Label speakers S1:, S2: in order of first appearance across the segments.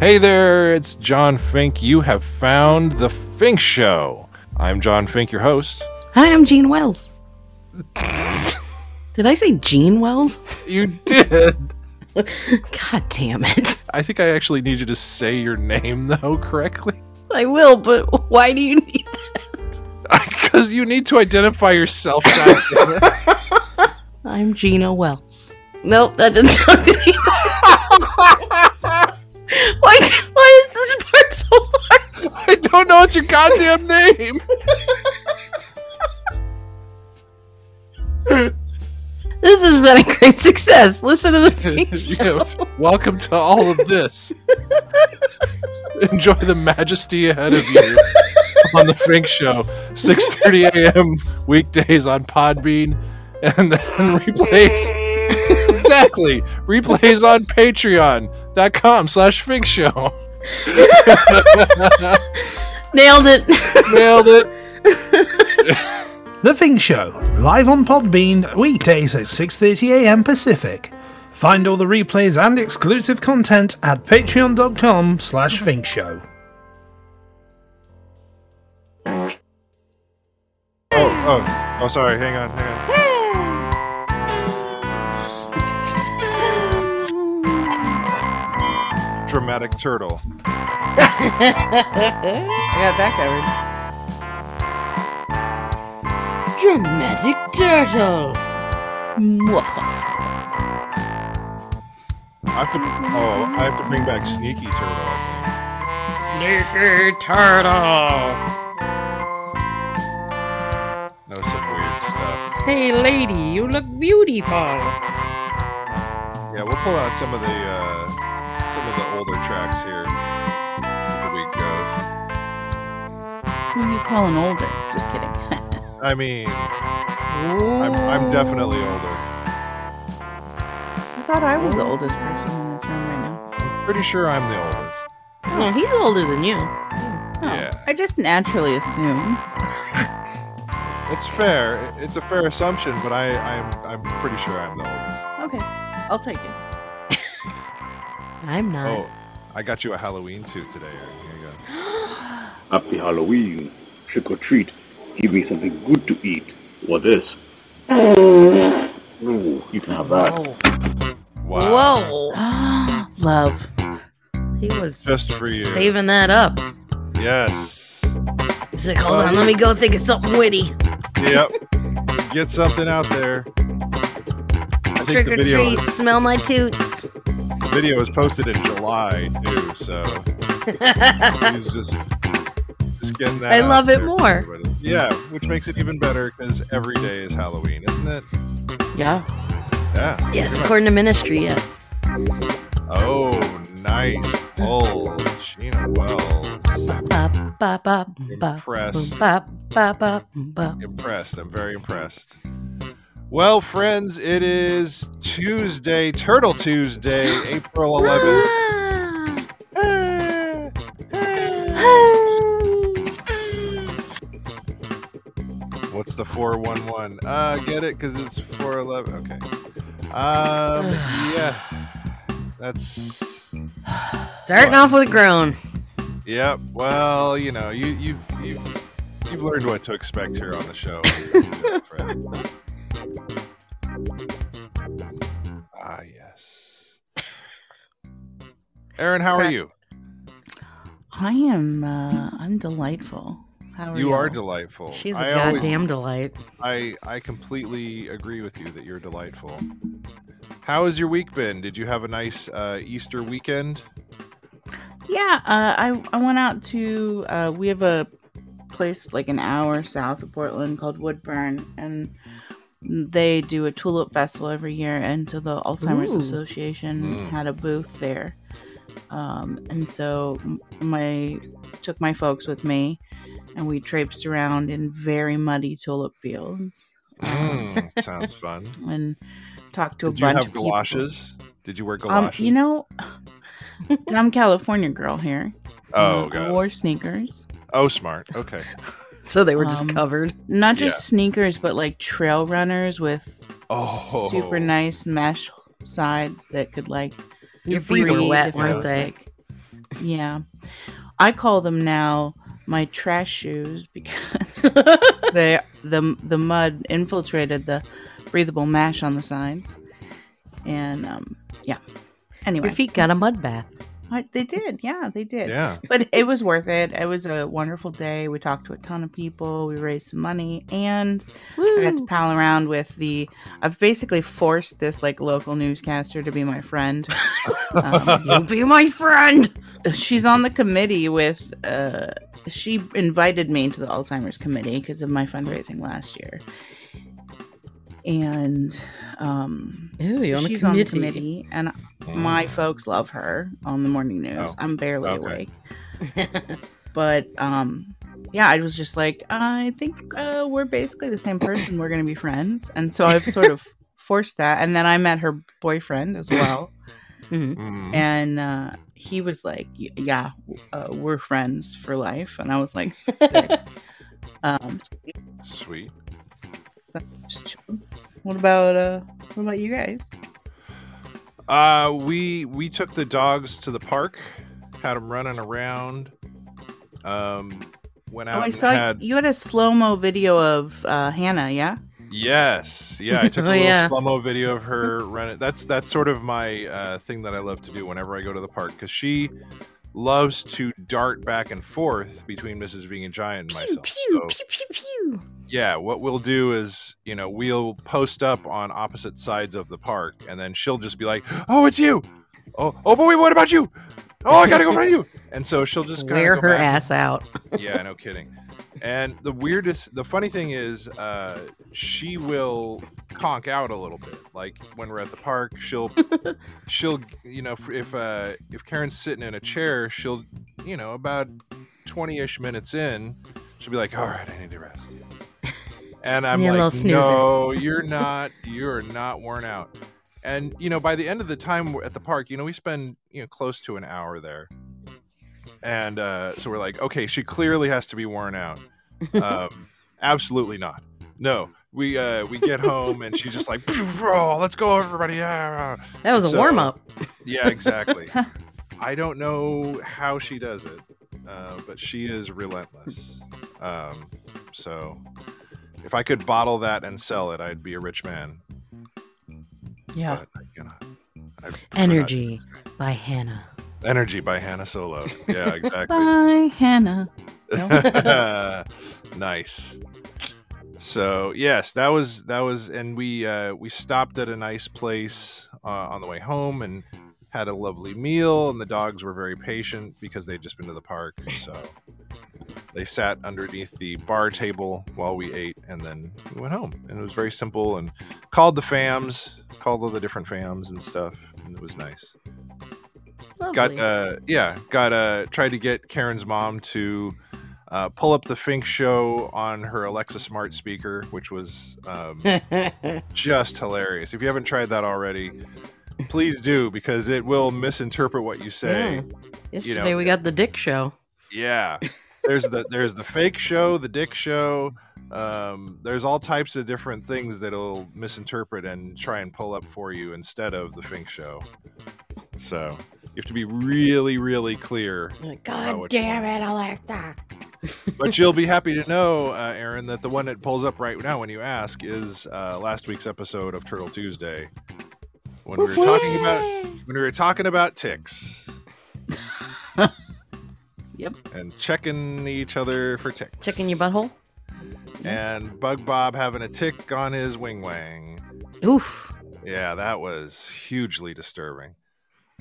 S1: Hey there, it's John Fink. You have found The Fink Show. I'm John Fink, your host.
S2: Hi, I'm Gene Wells. Did I say Gene Wells?
S1: You did.
S2: God damn it.
S1: I think I actually need you to say your name, though, correctly.
S2: I will, but why do you need that?
S1: Because you need to identify yourself. goddammit.
S2: I'm Gina Wells. Nope, that didn't sound good either. why, why is this part so hard?
S1: I don't know it's your goddamn name.
S2: This has been a great success. Listen to the feed.
S1: yes. Welcome to all of this. Enjoy the majesty ahead of you on the Fink Show, 6:30 a.m. weekdays on Podbean, and then replays. exactly replays on Patreon.com/slash Fink Show.
S2: Nailed it.
S1: Nailed it.
S3: The Thing Show, live on Podbean, weekdays at 6.30am Pacific. Find all the replays and exclusive content at patreon.com slash Show.
S1: Oh, oh, oh, sorry. Hang on, hang on. Dramatic turtle.
S4: I got that covered.
S2: Dramatic turtle.
S1: I have to. Oh, I have to bring back sneaky turtle. I
S4: Sneaky turtle.
S1: think. No, some weird stuff.
S4: Hey, lady, you look beautiful.
S1: Yeah, we'll pull out some of the uh, some of the older tracks here as the week goes.
S5: Who you calling older? Just kidding.
S1: I mean,
S4: Ooh.
S1: I'm, I'm definitely older.
S5: I thought I was the oldest person in this room right now.
S1: I'm pretty sure I'm the oldest.
S2: Oh, he's older than you.
S5: Oh,
S1: Yeah.
S5: I just naturally assume.
S1: It's fair. It's a fair assumption, but I I'm I'm pretty sure I'm the oldest.
S5: Okay, I'll take it.
S2: I'm not.
S1: Oh, I got you a Halloween suit today. Eric. Here you go.
S6: Happy Halloween. Trick or treat. Give me something good to eat. Or this. Ooh, you can have that.
S2: Whoa.
S5: Love.
S2: He was
S1: Oh. Just for you.
S2: saving that up.
S1: Yes.
S2: He's like,
S1: Uh,
S2: hold on, let me go think of something witty.
S1: Yep. Get something out there. I think
S2: Trick
S1: the
S2: or
S1: video,
S2: treat, smell my toots.
S1: the video was posted in July too, so he's just just getting that.
S2: I
S1: out
S2: love
S1: there
S2: it
S1: for
S2: more.
S1: everybody. Yeah, which makes it even better because every day is Halloween, isn't it?
S5: Yeah.
S1: Yeah.
S2: Yes, according to ministry, yes.
S1: Oh, nice pull, Gina Wells.
S2: Bop, bop, bop, bop,
S1: Impressed.
S2: bop, bop, bop, bop.
S1: impressed. I'm very impressed. Well, friends, it is Tuesday, Turtle Tuesday, April 11th.
S2: Ah,
S1: What's the 411? Uh, get it? Because it's 411. Okay. Um, yeah. That's.
S2: Starting off with a groan.
S1: Yep. Well, you know, you, you've, you've, you've learned what to expect here on the show. ah, yes. Aaron, how are you?
S5: I am. Uh, I'm delightful. How are you?
S1: You are delightful.
S2: She's a
S1: I always-
S2: goddamn delight.
S1: I I completely agree with you that you're delightful. How has your week been? Did you have a nice uh, Easter weekend?
S5: Yeah. Uh, I I went out to. Uh, we have a place like an hour south of Portland called Woodburn, and they do a tulip festival every year. And so the Alzheimer's
S2: Ooh.
S5: Association
S1: Mm.
S5: had a booth there, um, and so m- my took my folks with me, and we traipsed around in very muddy tulip fields. Um,
S1: Mm, sounds fun.
S5: and talked to
S1: Did
S5: a
S1: you
S5: bunch
S1: have
S5: of people.
S1: galoshes? Did you wear
S5: Um,
S1: galoshes?
S5: you know, I'm a California girl here.
S1: oh,
S5: Uh,
S1: God.
S5: I wore sneakers.
S1: oh, smart. Okay.
S2: So they were just
S5: Um,
S2: covered.
S5: Not just
S1: Yeah.
S5: sneakers, but like trail runners with
S1: Oh,
S5: super nice mesh sides that could like
S2: Your
S1: feet were
S5: breathe
S2: wet,
S5: if it
S2: weren't
S5: was,
S2: they?
S5: like- Yeah. I call them now my trash shoes because they the the mud infiltrated the breathable mash on the signs. And um yeah. Anyway,
S2: Your feet got a mud bath.
S5: I, they did. Yeah, they did.
S1: Yeah.
S5: But it was worth it. It was a wonderful day. We talked to a ton of people. We raised some money and I got to pal around with the. I've basically forced this like local newscaster to be my friend. um,
S1: Uh.
S2: You'll be my friend.
S5: she's on the committee with. Uh, she invited me to the Alzheimer's committee because of my fundraising last year. And um,
S7: Ew,
S5: so
S7: you're on a
S5: she's on the
S7: committee.
S5: committee, and
S1: Mm.
S5: my folks love her on the morning news.
S1: Oh,
S5: I'm barely
S1: okay.
S5: awake. but um yeah, I was just like, I think uh, we're basically the same person. We're going to be friends. And so I've sort of forced that. And then I met her boyfriend as well.
S1: Mm-hmm. Mm.
S5: And uh, he was like, "Y- Yeah, uh, we're friends for life. And I was like, "Sick." um,
S1: Sweet.
S5: just chill. What about uh, what about you guys?
S1: Uh, we we took the dogs to the park, had them running around. Um, went out
S5: oh, I
S1: and
S5: saw
S1: had
S5: you had a slow mo video of uh, Hannah. Yeah,
S1: yes, yeah. I took a
S2: Oh,
S1: little
S2: yeah.
S1: slow mo video of her running. That's that's sort of my uh, thing that I love to do whenever I go to the park because she loves to dart back and forth between Mrs. Vegan Giant and myself.
S2: pew,
S1: so-
S2: pew, pew, pew.
S1: yeah what we'll do is you know we'll post up on opposite sides of the park and then she'll just be like oh it's you oh oh boy what about you oh i gotta go find you and so she'll just kinda
S2: Wear
S1: go
S2: her
S1: back-
S2: ass out.
S1: yeah no kidding and the weirdest the funny thing is uh she will conk out a little bit like when we're at the park she'll she'll you know if- if uh if karen's sitting in a chair she'll you know about 20ish minutes in she'll be like all right i need to rest and i'm
S2: Yeah, a little
S1: like
S2: snoozer.
S1: no you're not you're not worn out and you know by the end of the time we're at the park you know we spend you know close to an hour there and uh, so we're like, okay, she clearly has to be worn out. Um, absolutely not. No, we uh, we get home and she's just like, "Oh, let's go, everybody! Yeah,
S2: That was a
S1: So-
S2: warm up.
S1: yeah, exactly." I don't know how she does it, uh, but she is relentless. Um, so, if I could bottle that and sell it, I'd be a rich man.
S5: yeah.
S1: But I cannot. I prefer not-
S2: Energy by Hannah.
S1: energy by Hannah Solo. Yeah, exactly.
S5: Bye, Hannah.
S1: nice. So yes, that was that was, and we uh, we stopped at a nice place uh, on the way home and had a lovely meal, and the dogs were very patient because they'd just been to the park, so they sat underneath the bar table while we ate, and then we went home, and it was very simple, and called the fams, called all the different fams and stuff, and it was nice
S2: Lovely.
S1: got uh yeah got uh tried to get karen's mom to uh, pull up the fink show on her alexa smart speaker which was um, just hilarious if you haven't tried that already please do because it will misinterpret what you say
S2: Yeah.
S1: you
S2: Yesterday
S1: know-
S2: we got the dick show.
S1: yeah. There's the there's the fake show, the dick show. Um, there's all types of different things that'll misinterpret and try and pull up for you instead of the fink show. So you have to be really, really clear. God damn it, Alexa! but you'll be happy to know, uh, Aaron, that the one that pulls up right now when you ask is uh, last week's episode of Turtle Tuesday when we were talking about when we were talking about ticks and checking each other for ticks.
S2: Chicken your butthole.
S1: and Bug Bob having a tick on his wing wang.
S2: Oof.
S1: Yeah, that was hugely disturbing.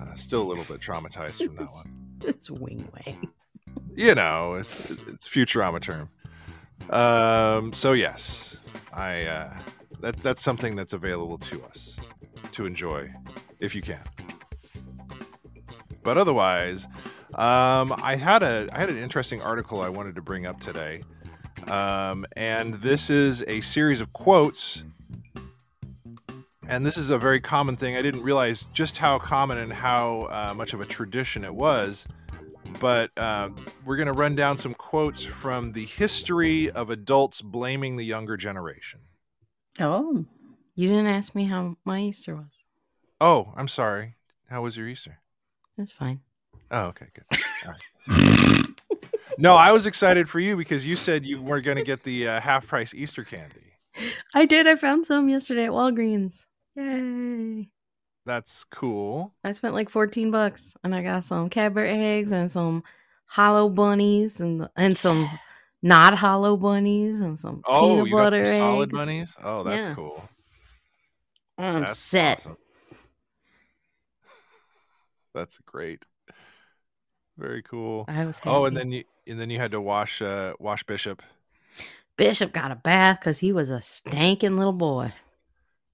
S1: Uh, still a little bit traumatized from that one.
S2: It's wing wang.
S1: You know, it's it's Futurama term. Um, so yes, I uh, that that's something that's available to us to enjoy if you can. But otherwise, um, I had a I had an interesting article I wanted to bring up today, um, and this is a series of quotes. And this is a very common thing. I didn't realize just how common and how uh, much of a tradition it was. But uh, we're going to run down some quotes from the history of adults blaming the younger generation.
S5: Oh,
S2: You didn't ask me how my Easter was.
S1: Oh, I'm sorry. How was your Easter?
S2: That's fine.
S1: Oh, okay, good. No, I was excited for you because you said you were going to get the uh, half price Easter candy.
S2: I did. I found some yesterday at Walgreens. Yay.
S1: That's cool.
S2: I spent like 14 bucks and I got some Cadbury eggs and some hollow bunnies and and some not hollow bunnies and some
S1: Oh,
S2: peanut
S1: you got
S2: butter
S1: some solid
S2: eggs.
S1: bunnies. Oh, that's
S2: Yeah.
S1: cool.
S2: I'm
S1: That's
S2: set.
S1: awesome. That's great. Very cool.
S2: I was happy.
S1: Oh, and then you and then you had to wash uh, wash Bishop.
S2: Bishop got a bath because he was a stinking little boy.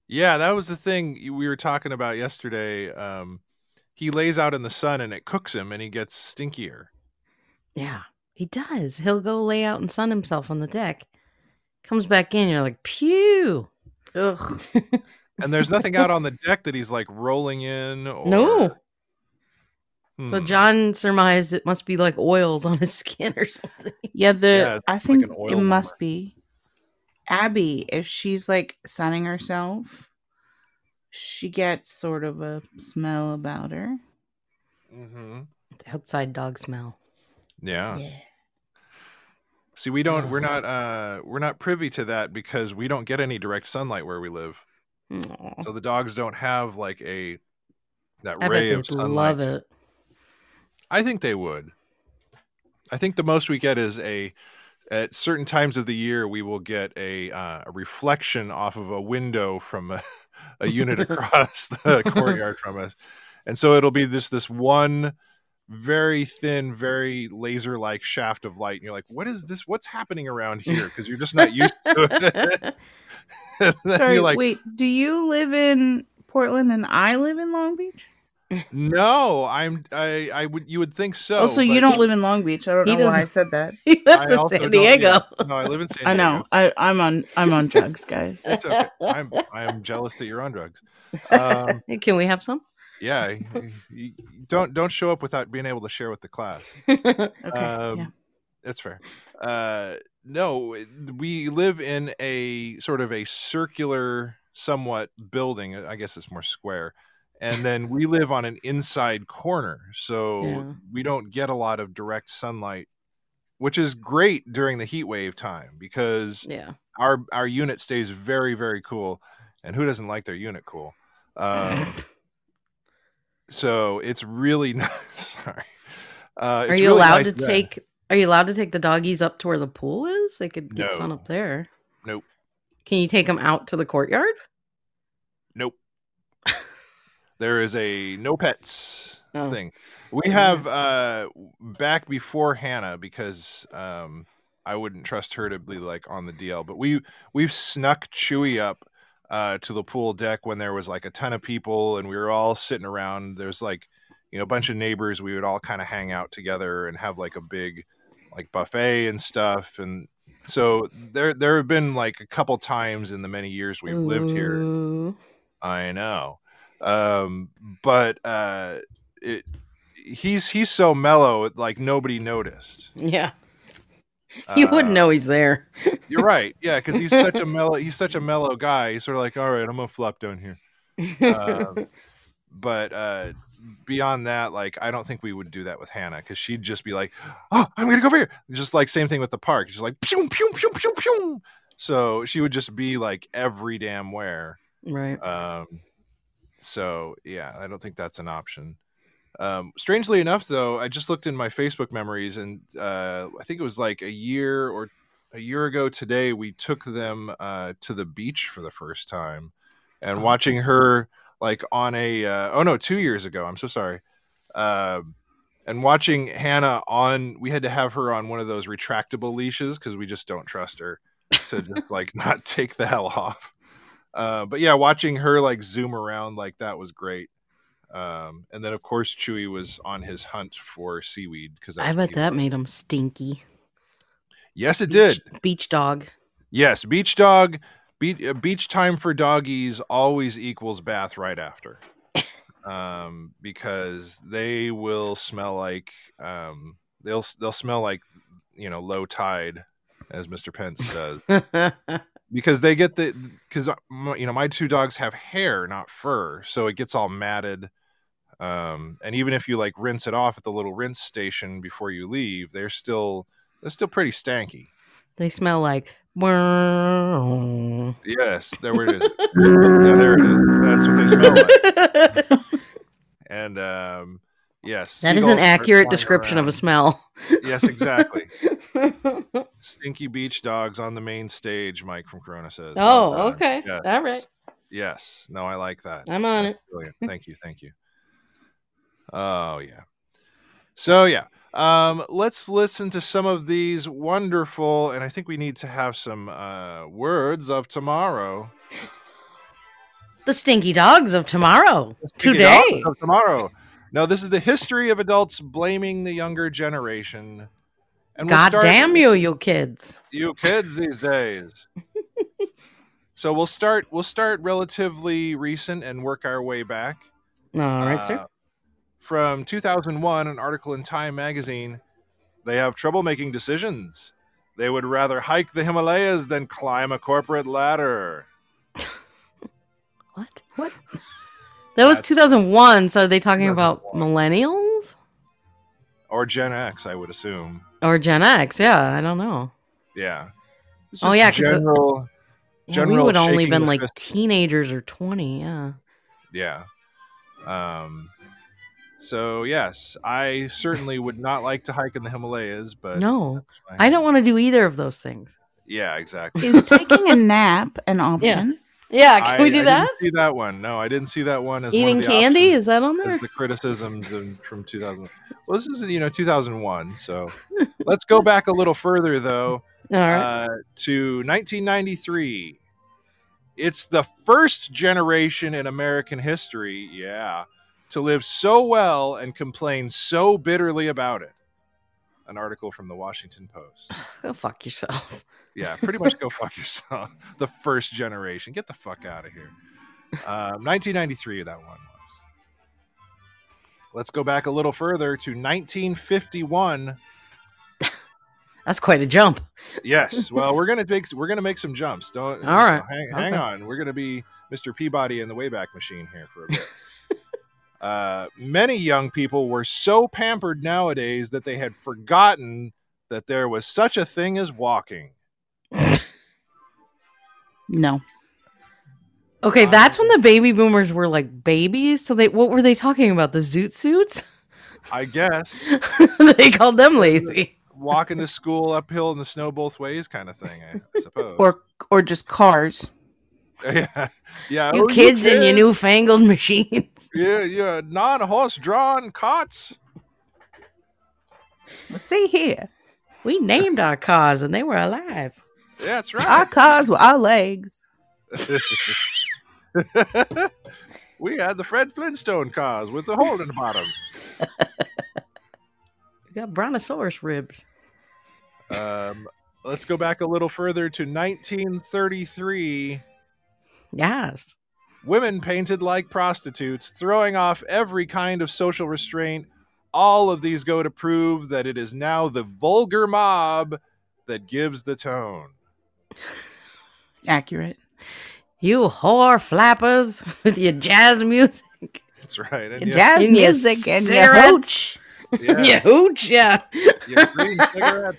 S1: Yeah, that was the thing y- we were talking about yesterday. Um, he lays out in the sun and it cooks him, and he gets stinkier.
S2: Yeah, he does. He'll go lay out and sun himself on the deck. Comes back in, you're like, pew.
S5: Ugh.
S1: And there's nothing out on the deck that he's like rolling in. Or...
S2: No. So
S1: Hmm.
S2: John surmised it must be like oils on his skin or something.
S5: Yeah, the
S1: Yeah, it's
S5: I
S1: like
S5: think
S1: an oil
S5: it must
S1: rumor.
S5: be Abby. If she's like sunning herself, she gets sort of a smell about her.
S1: Mhm.
S2: It's outside dog smell.
S1: Yeah.
S5: Yeah.
S1: See, we don't. We're not. Uh, we're not privy to that because we don't get any direct sunlight where we live.
S2: Aw.
S1: So the dogs don't have like a that
S2: I bet
S1: ray of
S2: they'd
S1: sunlight.
S2: love it.
S1: I think they would. I think the most we get is a at certain times of the year we will get a, uh, a reflection off of a window from a, a unit across the courtyard from us, and so it'll be this this one very thin, very laser like shaft of light, and you're like, "What is this? What's happening around here?" Because you're just not used to it. and then
S5: Sorry,
S1: you're like,
S5: wait. Do you live in Portland and I live in Long Beach?
S1: "No, I'm I I would you would think so."
S5: Oh, so you
S1: but-
S5: don't live in Long Beach. I don't
S2: He
S5: know why I
S2: doesn't-
S5: said that.
S2: He
S1: I
S2: lives in
S1: also
S2: San
S1: don't-
S2: Diego.
S1: yeah. No, I live in San Diego.
S5: I know. I, I'm on. I'm on drugs, guys.
S1: It's okay. I'm I'm jealous that you're on drugs. Um,
S2: Can we have some?
S1: yeah, you- you- don't don't show up without being able to share with the class.
S5: Okay.
S1: Um,
S5: yeah.
S1: That's fair. Uh, no, we live in a sort of a circular, somewhat building. I guess it's more square, and then we live on an inside corner, so
S2: Yeah.
S1: we don't get a lot of direct sunlight, which is great during the heat wave time because
S2: yeah.
S1: our our unit stays very very cool and who doesn't like their unit cool um, so it's really not sorry uh,
S2: Are
S1: it's
S2: you
S1: really
S2: allowed
S1: nice
S2: to
S1: there.
S2: take? Are you allowed to take the doggies up to where the pool is? They could get sun
S1: No.
S2: up there.
S1: Nope.
S2: Can you take them out to the courtyard?
S1: nope there is a no pets
S2: Oh.
S1: thing we have uh back before hannah because um i wouldn't trust her to be like on the dl but we we've snuck chewy up uh to the pool deck when there was like a ton of people and we were all sitting around there's like you know a bunch of neighbors we would all kind of hang out together and have like a big like buffet and stuff and so there there have been like a couple times in the many years we've lived here
S2: Ooh.
S1: I know. Um, but uh, it he's he's so mellow, it, like nobody noticed.
S2: Yeah, you wouldn't
S1: Uh,
S2: know he's there.
S1: You're right. Yeah, because he's such a mellow. He's such a mellow guy. He's sort of like, all right, I'm gonna flop down here. Um, but uh, beyond that, like, I don't think we would do that with Hannah because she'd just be like, oh, I'm gonna go over here. Just like same thing with the park. She's like, pew pew pew pew pew. So she would just be like every damn where.
S2: right.
S1: Um, so yeah, I don't think that's an option. Um, strangely enough, though, I just looked in my Facebook memories, and uh, I think it was like a year or a year ago today. We took them uh, to the beach for the first time, and watching her like on a uh, oh no, two years ago. I'm so sorry. Um and watching Hannah on, we had to have her on one of those retractable leashes because we just don't trust her to just like not take the hell off. Uh, but yeah, watching her like zoom around like that was great. Um, and then of course Chewy was on his hunt for seaweed because
S2: I bet that made him stinky.
S1: Yes, it
S2: Beach-
S1: did.
S2: Beach dog.
S1: Yes, beach dog, beach, beach time for doggies always equals bath right after, um, because they will smell like um, they'll they'll smell like you know low tide, as Mister Pence says. because they get the uh, because you know my two dogs have hair not fur so it gets all matted um, and even if you like rinse it off at the little rinse station before you leave they're still they're still pretty stanky
S2: They smell like. Wow.
S1: yes there where it is yeah, there it is
S2: Mm.
S1: that's what they smell like
S2: that
S1: and um yes
S2: is an accurate description of a smell.
S1: a yes exactly stinky beach dogs on the main stage mike from corona says Well
S2: oh,
S1: done.
S2: okay.
S1: Yes.
S2: All right.
S1: yes no i like that
S2: I'm on it.
S1: Brilliant. Thank you. Thank you. Oh yeah. So yeah. Um, let's listen to some of these wonderful, and I think we need to have some uh, words of tomorrow.
S2: The stinky dogs of tomorrow.
S1: Speaking
S2: Today.
S1: of tomorrow. No, this is the history of adults blaming the younger generation. And we'll
S2: God
S1: start-
S2: damn you, you kids.
S1: you kids these days. so we'll start. We'll start relatively recent and work our way back.
S2: All right, sir.
S1: Uh, From 2001, an article in Time magazine. They have trouble making decisions. They would rather hike the Himalayas than climb a corporate ladder.
S2: What? What? That was
S1: That's-
S2: 2001. So are they talking about
S1: 2001.
S2: millennials
S1: Or Gen X, I would assume.
S2: or Gen X? Yeah, I don't know.
S1: Yeah. It's
S2: Oh,
S1: just
S2: yeah, 'cause the-
S1: General.
S2: Yeah, we
S1: General
S2: would only
S1: shaking
S2: been
S1: the
S2: like
S1: fist.
S2: teenagers or 20. Yeah.
S1: Yeah. Um. So yes, I certainly would not like to hike in the Himalayas, but
S2: No,
S1: that's fine.
S2: I don't want to do either of those things.
S1: Yeah, exactly.
S5: Is taking a nap an option?
S2: Yeah, can
S1: I-
S2: we
S1: I
S2: do
S1: didn't
S2: that?
S1: see that one? No, I didn't see that one. As one
S2: Eating
S1: of the
S2: candy?
S1: options.
S2: Is that on
S1: as
S2: there?
S1: the criticisms in, from 2000. Well, this is you know 2001, so let's go back a little further though
S2: All right.
S1: uh, to 1993. It's the first generation in American history, yeah, to live so well and complain so bitterly about it. An article from the Washington Post.
S2: Go fuck yourself.
S1: Yeah, pretty much go fuck yourself. The first generation. Get the fuck out of here. Um, 1993, that one was. Let's go back a little further to 1951.
S2: That's quite a jump.
S1: Yes. Well, we're gonna make we're gonna make some jumps. Don't.
S2: All right.
S1: Hang, hang
S2: Okay.
S1: on. We're gonna be Mr. Peabody in the Wayback Machine here for a bit. uh, many young people were so pampered nowadays that they had forgotten that there was such a thing as walking.
S5: No.
S2: Okay,
S1: Wow.
S2: that's when the baby boomers were like babies. So they, what were they talking about? The zoot suits?
S1: I guess.
S2: they called them lazy.
S1: walking to school uphill in the snow both ways kind of thing, I suppose.
S5: Or or just cars.
S1: yeah, yeah.
S2: You
S1: Oh,
S2: kids and your
S1: kids.
S2: newfangled machines.
S1: yeah, yeah, non-horse-drawn cots.
S5: See here.
S2: We named our cars and they were alive.
S1: Yeah, that's
S5: Our
S1: right.
S5: cars with our legs.
S1: we had the Fred Flintstone cars with the hole in the bottom.
S2: We got brontosaurus ribs.
S1: Um, let's go back a little further to 1933.
S2: Yes.
S1: Women painted like prostitutes, throwing off every kind of social restraint. All of these go to prove that it is now the vulgar mob that gives the tone.
S5: Accurate.
S2: You whore flappers with your jazz music.
S1: That's right. And yeah,
S2: And
S5: Jazz
S2: your
S5: music and your
S2: cigarettes.
S5: hooch.
S1: yeah,
S2: Your hooch, yeah.
S1: yeah, green cigarettes.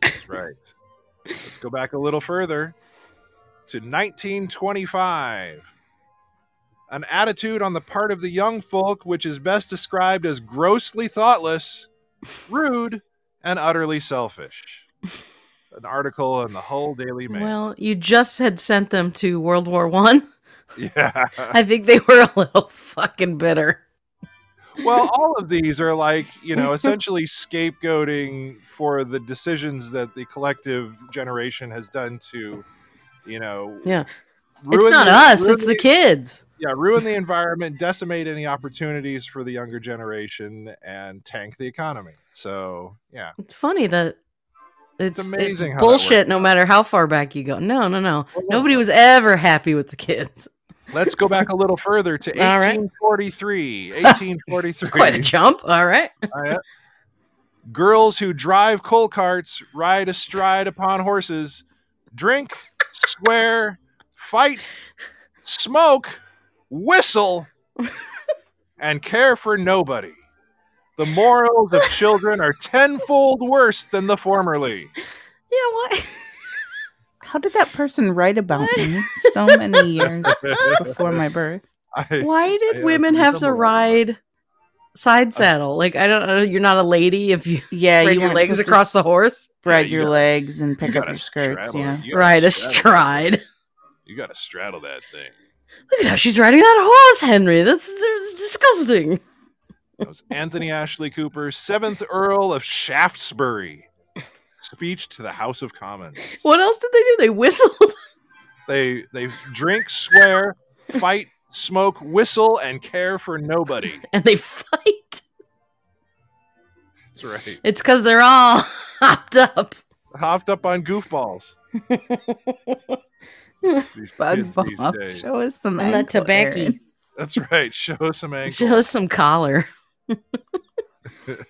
S1: That's right. Let's go back a little further to 1925. An attitude on the part of the young folk which is best described as grossly thoughtless, rude, and utterly selfish. An article in the Hull Daily Mail.
S2: Well, you just had sent them to World War One.
S1: yeah.
S2: I think they were a little fucking bitter.
S1: well, all of these are like, you know, essentially scapegoating for the decisions that the collective generation has done to, you know,
S2: Yeah. it's
S1: ruin
S2: not
S1: the-
S2: us,
S1: ruin
S2: it's the kids.
S1: Yeah, ruin the environment, decimate any opportunities for the younger generation, and tank the economy. So, yeah,
S2: It's funny that it's, it's
S1: amazing how that
S2: bullshit
S1: worked
S2: no
S1: out.
S2: matter how far back you go. No, no, no.
S1: Well,
S2: Nobody was ever happy with the kids.
S1: let's go back a little further to
S2: All right.
S1: 1843.
S2: It's quite a
S1: 1843.
S2: jump. All right.
S1: Uh, Girls who drive coal carts, ride astride upon horses, drink, swear, fight, smoke, whistle, and care for nobody. The morals of children are tenfold worse than the formerly.
S2: Yeah, what?
S5: How did that person write about me so many years before my birth?
S1: I,
S2: Why
S1: I
S2: did
S1: have
S2: women have to
S1: double-
S2: ride side saddle? Like, I don't know. You're not a lady if you
S5: Yeah,
S2: spread
S5: you
S2: your
S5: weren't
S2: legs
S5: supposed to
S2: across the horse.
S5: Spread
S1: Yeah, you
S5: your
S1: gotta-
S5: legs and
S1: you
S5: pick up
S1: gotta
S5: your skirts.
S1: straddle-
S5: Yeah.
S1: you gotta
S2: Right, a
S1: straddle-
S2: stride.
S1: You gotta straddle that thing.
S2: Look at how she's riding that horse, Henry. That's, that's disgusting.
S1: That was Anthony Ashley Cooper, seventh Earl of Shaftesbury. Speech to the House of Commons.
S2: What else did they do? They whistled.
S1: They they drink, swear, fight, smoke, whistle, and care for nobody.
S2: and they fight.
S1: That's right.
S2: It's because they're all hopped up.
S1: Hopped up on goofballs. These
S5: Bug
S1: kids these
S5: Bob,
S1: days.
S5: show us some
S2: And that
S5: ankle hair.
S2: tobacco.
S1: That's right. Show some ankle.
S2: Show some collar.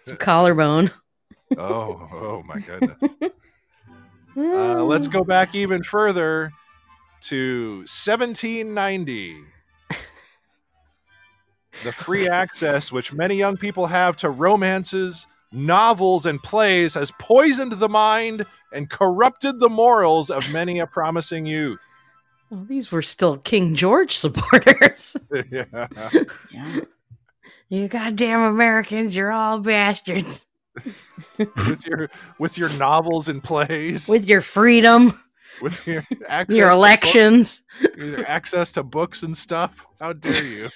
S2: some collarbone.
S1: oh, oh my goodness. Uh, let's
S2: Hmm.
S1: go back even further to 1790. The free access which many young people have to romances, novels, and plays has poisoned the mind and corrupted the morals of many a promising youth.
S2: Well, these were still King George supporters.
S1: yeah.
S5: Yeah.
S2: you goddamn Americans, you're all bastards.
S1: With your with your novels and plays, with,
S2: With your freedom,
S1: your access
S2: your
S1: to
S2: elections,
S1: books- your access to books and stuff. How dare you?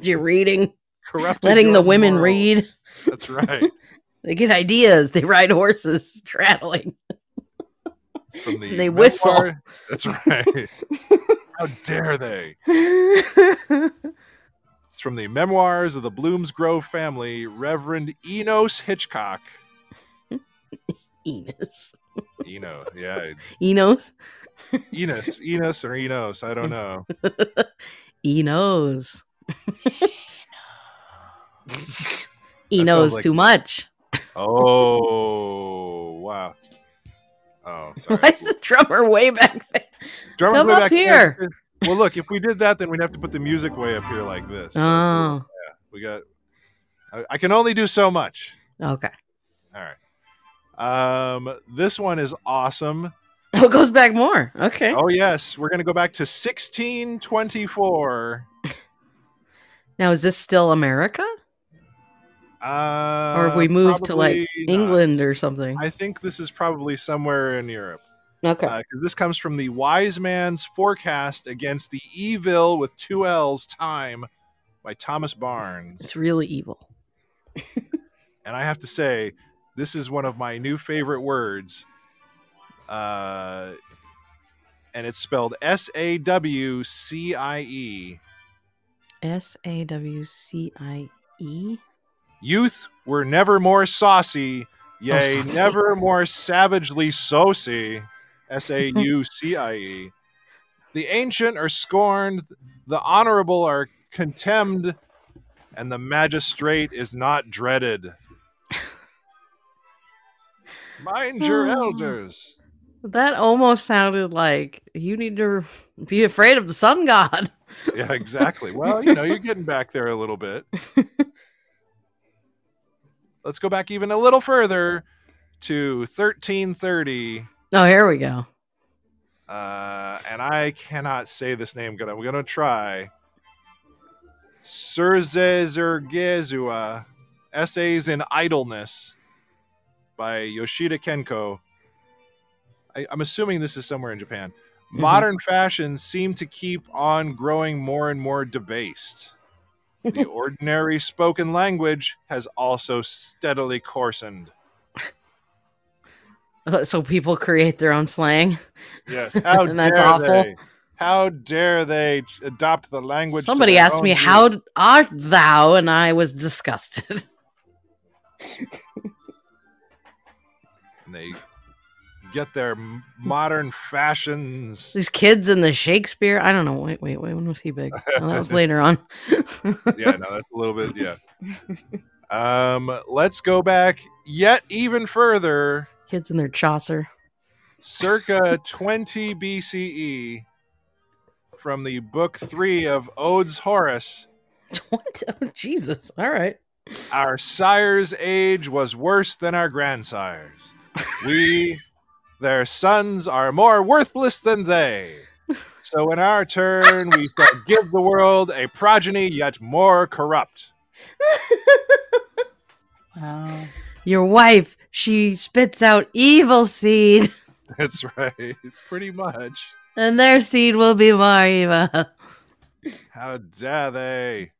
S2: your reading,
S1: Corrupted
S2: letting
S1: your
S2: the women
S1: morals.
S2: read.
S1: That's right.
S2: They get ideas. They ride horses, straddling.
S1: from the
S2: They whistle.
S1: memoir- That's right. How dare they? It's from the memoirs of the Bloomsgrove family, Reverend Enos Hitchcock.
S2: Enos.
S1: Eno, yeah,
S2: Enos?
S1: Enos, Enos or Enos, I don't know.
S2: Enos.
S1: sounds
S2: Enos
S1: like-
S2: too much.
S1: Oh wow! Oh, sorry.
S2: Why is the drummer way back there?
S1: Drummer
S2: Come
S1: play
S2: up
S1: back-
S2: here.
S1: Well, look, if we did that, then we'd have to put the music way up here like this. That's what-
S2: Oh,
S1: we got. I, I can only do so much.
S2: Oh, okay.
S1: All right. Um, this one is awesome.
S2: Oh, it goes back more. Okay.
S1: Oh yes, we're gonna go back to 1624.
S2: Now, is this still America?
S1: Uh,
S2: Or if we move to, like,
S1: probably not.
S2: England or something?
S1: I think this is probably somewhere in Europe
S2: Okay.
S1: because this comes from the Wise Man's Forecast Against the Evil with Two L's Time by Thomas Barnes,
S2: it's really evil.
S1: and I have to say this is one of my new favorite words. Uh, and it's spelled S A W C I E.
S2: S A W C I E.
S1: Youth were never more saucy, yea,
S2: saucy.
S1: never more savagely saucy. S A U C I E. The ancient are scorned, the honorable are contemned, and the magistrate is not dreaded. Mind your
S2: Oh.
S1: elders.
S2: That almost sounded like you need to be afraid of the sun god.
S1: Yeah, exactly. Well, you know, you're getting back there a little bit. Let's go back even a little further to 1330.
S2: Oh, here we go.
S1: Uh, and I cannot say this name. Gonna we're gonna try. Surzezergezua, Essays in Idleness, by Yoshida Kenko. I, I'm assuming this is somewhere in Japan.
S2: Mhm.
S1: Modern fashions seem to keep on growing more and more debased. The ordinary spoken language has also steadily coarsened.
S2: Uh, So people create their own slang.
S1: Yes. How
S2: And that's
S1: dare
S2: awful.
S1: they? How dare they ch- adopt the language? to
S2: Somebody
S1: their
S2: asked
S1: own
S2: me,
S1: use?
S2: How d- art thou? And I was disgusted.
S1: And they get their m- modern fashions.
S2: These kids in the Shakespeare. I don't know. Wait, wait, wait. When was he big? No, that was later on.
S1: Yeah, no, that's a little bit. Yeah. Um, let's go back yet even further,
S2: Kids in their Chaucer.
S1: circa 20 E, BCE, from the book three of Odes Horace,
S2: What? Oh, Jesus. All right.
S1: Our sire's age was worse than our grandsire's. We, their sons, are more worthless than they. So in our turn, we shall give the world a progeny yet more corrupt.
S5: Wow.
S2: Your wife, she spits out evil seed,
S1: That's right, pretty much.
S2: and their seed will be more evil.
S1: How dare they?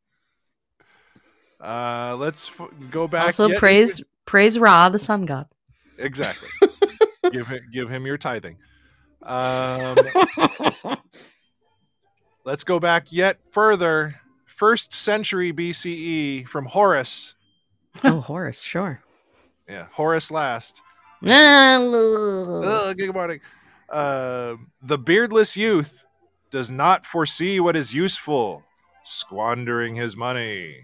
S1: Uh, let's f- go back.
S2: Also,
S1: yet-
S2: praise praise Ra, the sun god.
S1: Exactly. give him give him your tithing. Um, let's go back yet further. First century BCE from Horace.
S2: oh, Horus, sure.
S1: Yeah, Horace last.
S2: Ah,
S1: Ugh, good morning. Uh, the beardless youth does not foresee what is useful, squandering his money.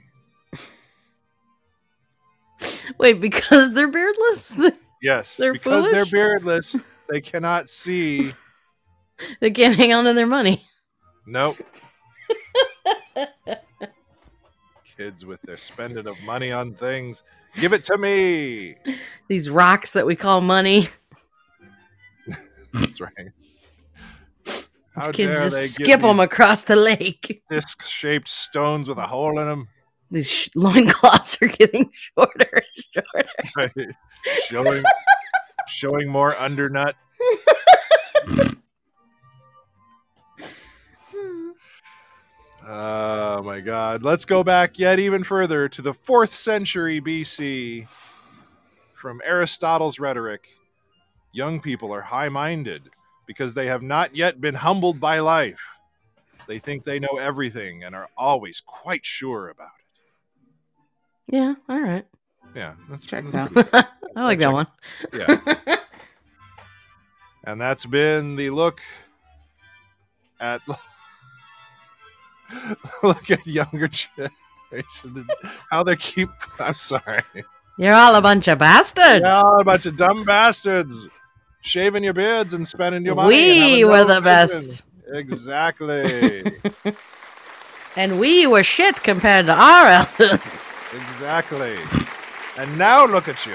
S2: Wait, because they're beardless,
S1: Yes,
S2: They're
S1: because they're
S2: foolish?
S1: beardless, they cannot see.
S2: they can't hang on to their money.
S1: Nope. Kids with their spending of money on things. Give it to me.
S2: These rocks that we call money,
S1: That's right. How
S2: kids
S1: dare they
S2: just skip them across the lake.
S1: Disc shaped stones with a hole in them,
S2: These sh- loincloths are getting shorter and shorter.
S1: showing, showing more undernut. Oh my god. Let's go back yet even further to the fourth century BC from Aristotle's rhetoric. Young people are high minded because they have not yet been humbled by life. They think they know everything and are always quite sure about
S2: Yeah, all right.
S1: it. Yeah, that's
S5: Checks
S1: that's
S5: out.
S1: pretty-
S2: I like that one.
S1: Yeah. And that's been the look at look at younger generation and how they keep I'm sorry.
S2: You're all a bunch of bastards.
S1: Y'all a bunch of dumb bastards shaving your beards and spending your money. and
S2: we
S1: having
S2: were
S1: no
S2: the
S1: vision.
S2: best,
S1: Exactly.
S2: and we were shit compared to our elders.
S1: exactly. And now look at you.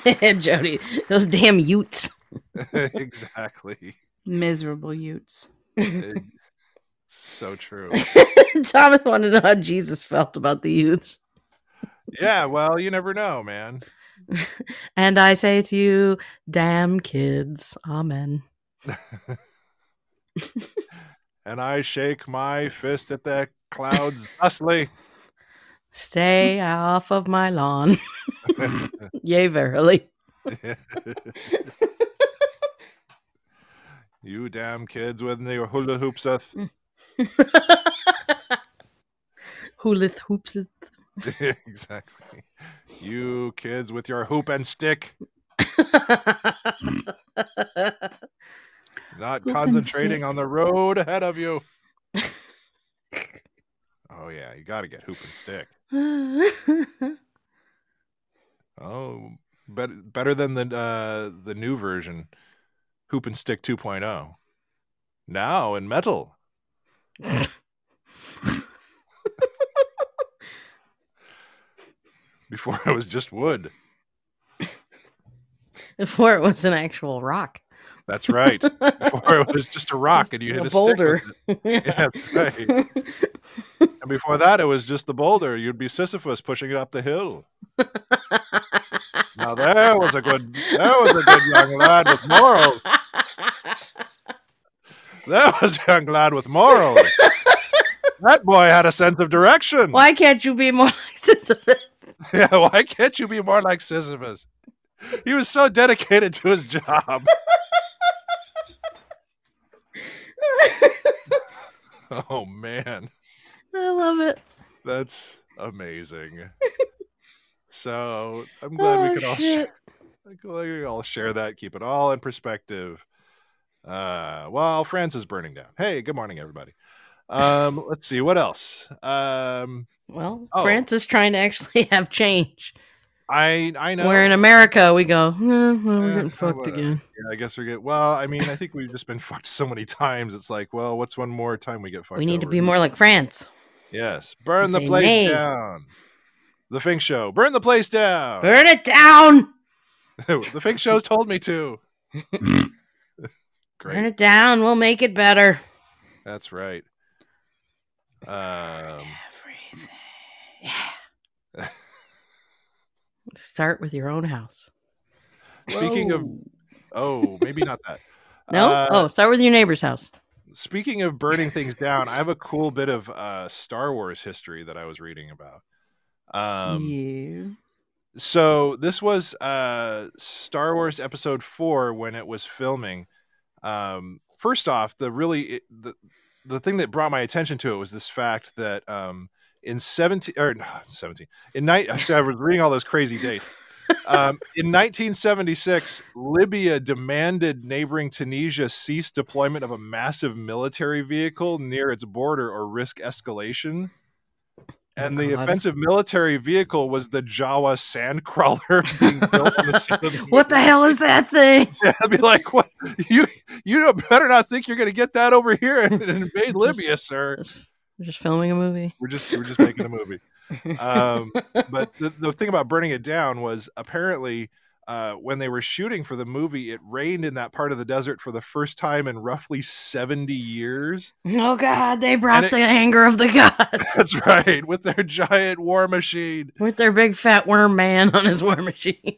S2: Jody, those damn Utes.
S1: exactly.
S5: Miserable Utes.
S1: So true.
S2: Thomas wanted to know how Jesus felt about the youths.
S1: Yeah, well, you never know, man.
S2: And I say to you, damn kids. Amen.
S1: And I shake my fist at the clouds thusly.
S2: Stay off of my lawn. Yea, verily.
S1: you damn kids with your hula hoopseth.
S2: Who lith hoops it?
S1: exactly. You kids with your hoop and stick, not
S2: Hoop and
S1: concentrating
S2: stick.
S1: on the road ahead of you. Oh yeah, you got to get hoop and stick. Oh, better better than the uh, the new version, hoop and stick 2.0. Now in metal. Before it was just wood.
S2: Before it was an actual rock.
S1: That's right. Before it was just a rock and you hit a,
S2: a
S1: stick with
S2: boulder.
S1: it. Yeah, that's right. And before that, it was just the boulder. You'd be Sisyphus pushing it up the hill. now there was a good, there was a good young lad with morals. There was a young lad with morals. that boy had a sense of direction.
S2: Why can't you be more like Sisyphus?
S1: Yeah, why can't you be more like Sisyphus? He was so dedicated to his job. oh man.
S2: I love it.
S1: That's amazing. so I'm glad
S2: Oh,
S1: we could all
S2: shit.
S1: share, I'm glad we all share that, keep it all in perspective. Uh, while France is burning down. Hey, good morning, everybody. Um, let's see what else. Um,
S2: Well,
S1: Oh.
S2: France is trying to actually have change.
S1: I I know.
S2: Where in America we go, "Eh, well, we're
S1: Eh,
S2: getting fucked
S1: whatever."
S2: again.
S1: Yeah, I guess we're get. Well, I mean, I think we've just been fucked so many times. It's like, well, what's one more time we get fucked?
S2: We need to
S1: over?
S2: be more like France.
S1: Yes. Burn the
S2: Say
S1: place
S2: nay.
S1: down. The Fink Show. Burn the place down.
S2: Burn it down.
S1: the Fink Show told me to.
S2: Burn
S1: Great.
S2: it down. We'll make it better.
S1: That's right. Um,
S5: Everything.
S2: Start with your own house.
S1: speaking of, oh, maybe not that.
S2: No?
S1: Uh,
S2: oh, start with your neighbor's house.
S1: Speaking of burning things down, I have a cool bit of uh, Star Wars history that I was reading about. Um,
S5: yeah.
S1: so this was uh Star Wars episode 4 when it was filming. Um first off, the really it, the the thing that brought my attention to it was this fact that um in 17 or no, 17 in night I was reading all those crazy dates. Um, in 1976, Libya demanded neighboring Tunisia cease deployment of a massive military vehicle near its border or risk escalation and the
S2: Oh, God.
S1: offensive military vehicle was the Jawa sandcrawler being built on the side of the
S2: What the hell is that thing?
S1: mountain. I'd be like, what? You you don't- better not think you're going to get that over here and, and invade Libya, sir.
S2: Just- We're just filming a movie.
S1: We're just we're just making a movie. Um, but the, the thing about burning it down was apparently uh, when they were shooting for the movie, it rained in that part of the desert for the first time in roughly 70 years.
S2: Oh God, they brought
S1: it-
S2: the anger of the gods
S1: That's right, with their giant war machine.
S2: with their big fat worm man on his war machine.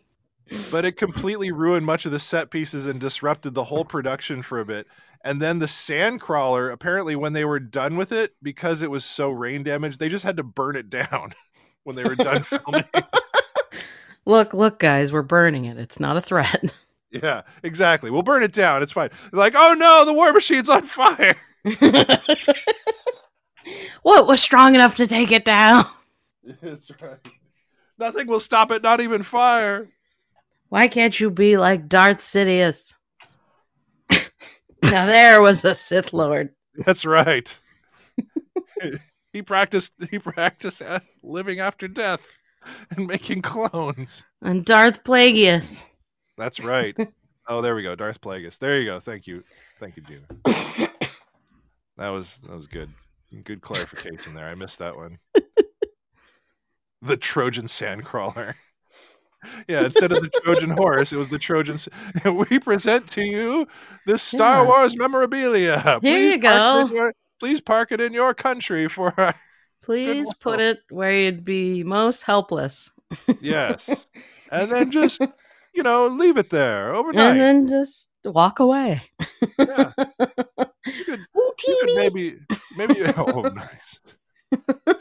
S1: but it completely ruined much of the set pieces and disrupted the whole production for a bit. And then the sandcrawler, apparently, when they were done with it, because it was so rain damaged, they just had to burn it down when they were done filming.
S2: Look, look, guys, we're burning it. It's not a threat.
S1: Yeah, exactly. We'll burn it down. It's fine. Like, oh no, the war machine's on fire.
S2: what was strong enough to take it down?
S1: That's right. Nothing will stop it, not even fire.
S2: Why can't you be like Darth Sidious? now there was a Sith Lord.
S1: That's right. he practiced he practiced uh, living after death and making clones.
S2: And Darth Plagueis.
S1: That's right. oh, there we go. Darth Plagueis. There you go. Thank you. Thank you, Gina. That was that was good. Good clarification there. I missed that one. the Trojan sandcrawler. Yeah, instead of the Trojan horse, it was the Trojan. s- We present to you this Star
S2: Yeah.
S1: Wars memorabilia.
S2: Here you
S1: park it in
S2: go.
S1: your- please park it in your country for our.
S2: Please
S1: lord.
S2: put it where you'd be most helpless.
S1: Yes. and then just, you know, leave it there overnight.
S2: And then just walk away. Mm-hmm.
S1: Yeah. You could-
S2: Ooh,
S1: You could
S2: teeny.
S1: maybe, maybe, oh, nice.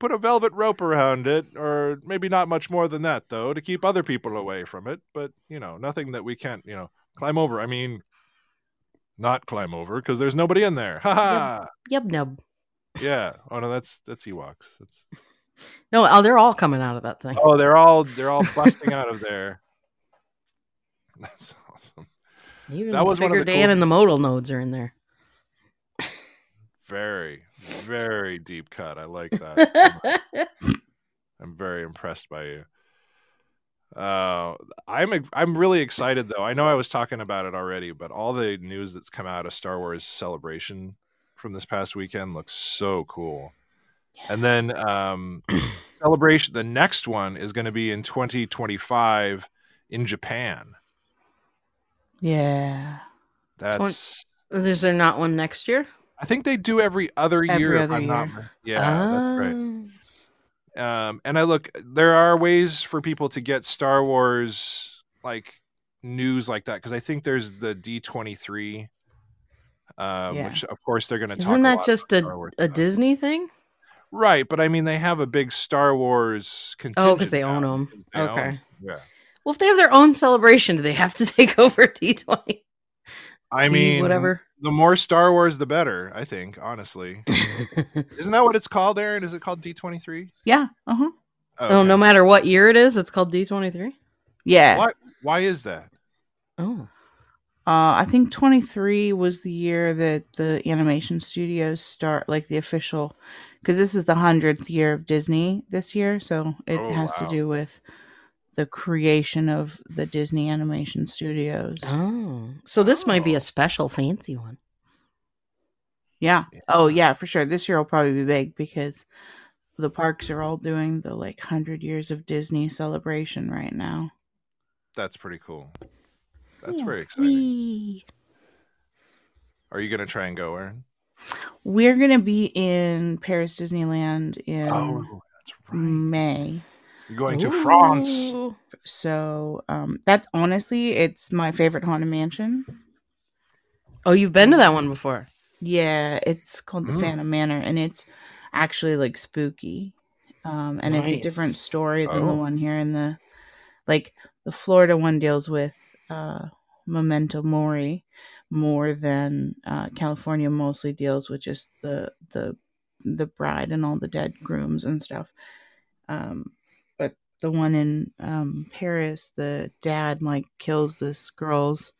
S1: Put a velvet rope around it, or maybe not much more than that, though, to keep other people away from it. But, you know, nothing that we can't, you know, climb over. I mean, not climb over because there's nobody in there. Ha ha.
S2: Yub nub.
S1: Yeah. Oh, no, that's, that's Ewoks. That's,
S2: No, oh, they're all coming out of that thing.
S1: oh, they're all, they're all busting out of there. That's awesome.
S2: Even
S1: that was one of
S2: Figure
S1: the
S2: Dan
S1: cool-
S2: and the modal nodes are in there.
S1: Very, very deep cut. I like that. I'm very impressed by you. Uh, I'm ex- I'm really excited though. I know I was talking about it already, but all the news that's come out of Star Wars Celebration from this past weekend looks so cool. And then um, Celebration, the next one is going to be in 2025 in Japan.
S5: Yeah.
S1: That's
S2: Is there not one next year?
S1: I think they do every other
S5: Every
S1: year. if
S5: other
S1: I'm not-
S5: year.
S1: yeah, that's right.
S2: Oh.
S1: um, and I look, there are ways for people to get Star Wars like news like that because I think there's the D twenty three,
S5: Yeah.
S1: which of course they're going to talk.
S2: Isn't
S1: a
S2: that
S1: lot
S2: just
S1: about
S2: a,
S1: Star Wars
S2: a
S1: stuff.
S2: Disney thing?
S1: right? But I mean, they have a big Star Wars.
S2: Oh,
S1: Contingent
S2: because they own
S1: now,
S2: them.
S1: 'cause they own
S2: Okay.
S1: 'em, Yeah,
S2: Well, if they have their own celebration, do they have to take over D twenty?
S1: I mean,
S2: whatever.
S1: The more Star Wars, the better. I think, honestly, isn't that what it's called, Aaron? Is it called D twenty three?
S5: Yeah. Uh huh.
S2: Oh, no matter what year it is, it's called D twenty three.
S5: Yeah.
S1: Why? Why is that?
S2: Oh,
S5: Uh, I think 23 was the year that the animation studios start, like the official, because this is the 100th year of Disney this year. So it
S1: Oh,
S5: has
S1: wow.
S5: to do with the creation of the Disney animation studios.
S2: oh. So this might be
S1: Oh.
S2: a special fancy one.
S5: Yeah.
S1: Yeah.
S5: Oh, yeah, for sure. This year will probably be big because the parks are all doing the like 100 years of Disney celebration right now.
S1: That's pretty cool. That's
S5: Yeah.
S1: very exciting.
S2: Wee.
S1: Are you gonna try and go, Aaron?
S5: We're going to be in Paris Disneyland in
S1: Oh, that's
S5: May.
S1: You're going to France.
S2: Ooh.
S5: So, um, that's honestly, it's my favorite Haunted Mansion.
S2: Oh, you've been to that
S1: Mm-hmm.
S2: one before.
S5: Yeah, it's called the
S1: Mm.
S5: Phantom Manor, and it's actually like spooky. Um, and it's a different
S2: Nice.
S5: story than the
S1: Oh.
S5: one here in the like the Florida one deals with uh memento mori more than uh California mostly deals with just the the the bride and all the dead grooms and stuff. Um but the one in um Paris, the dad like kills this girl's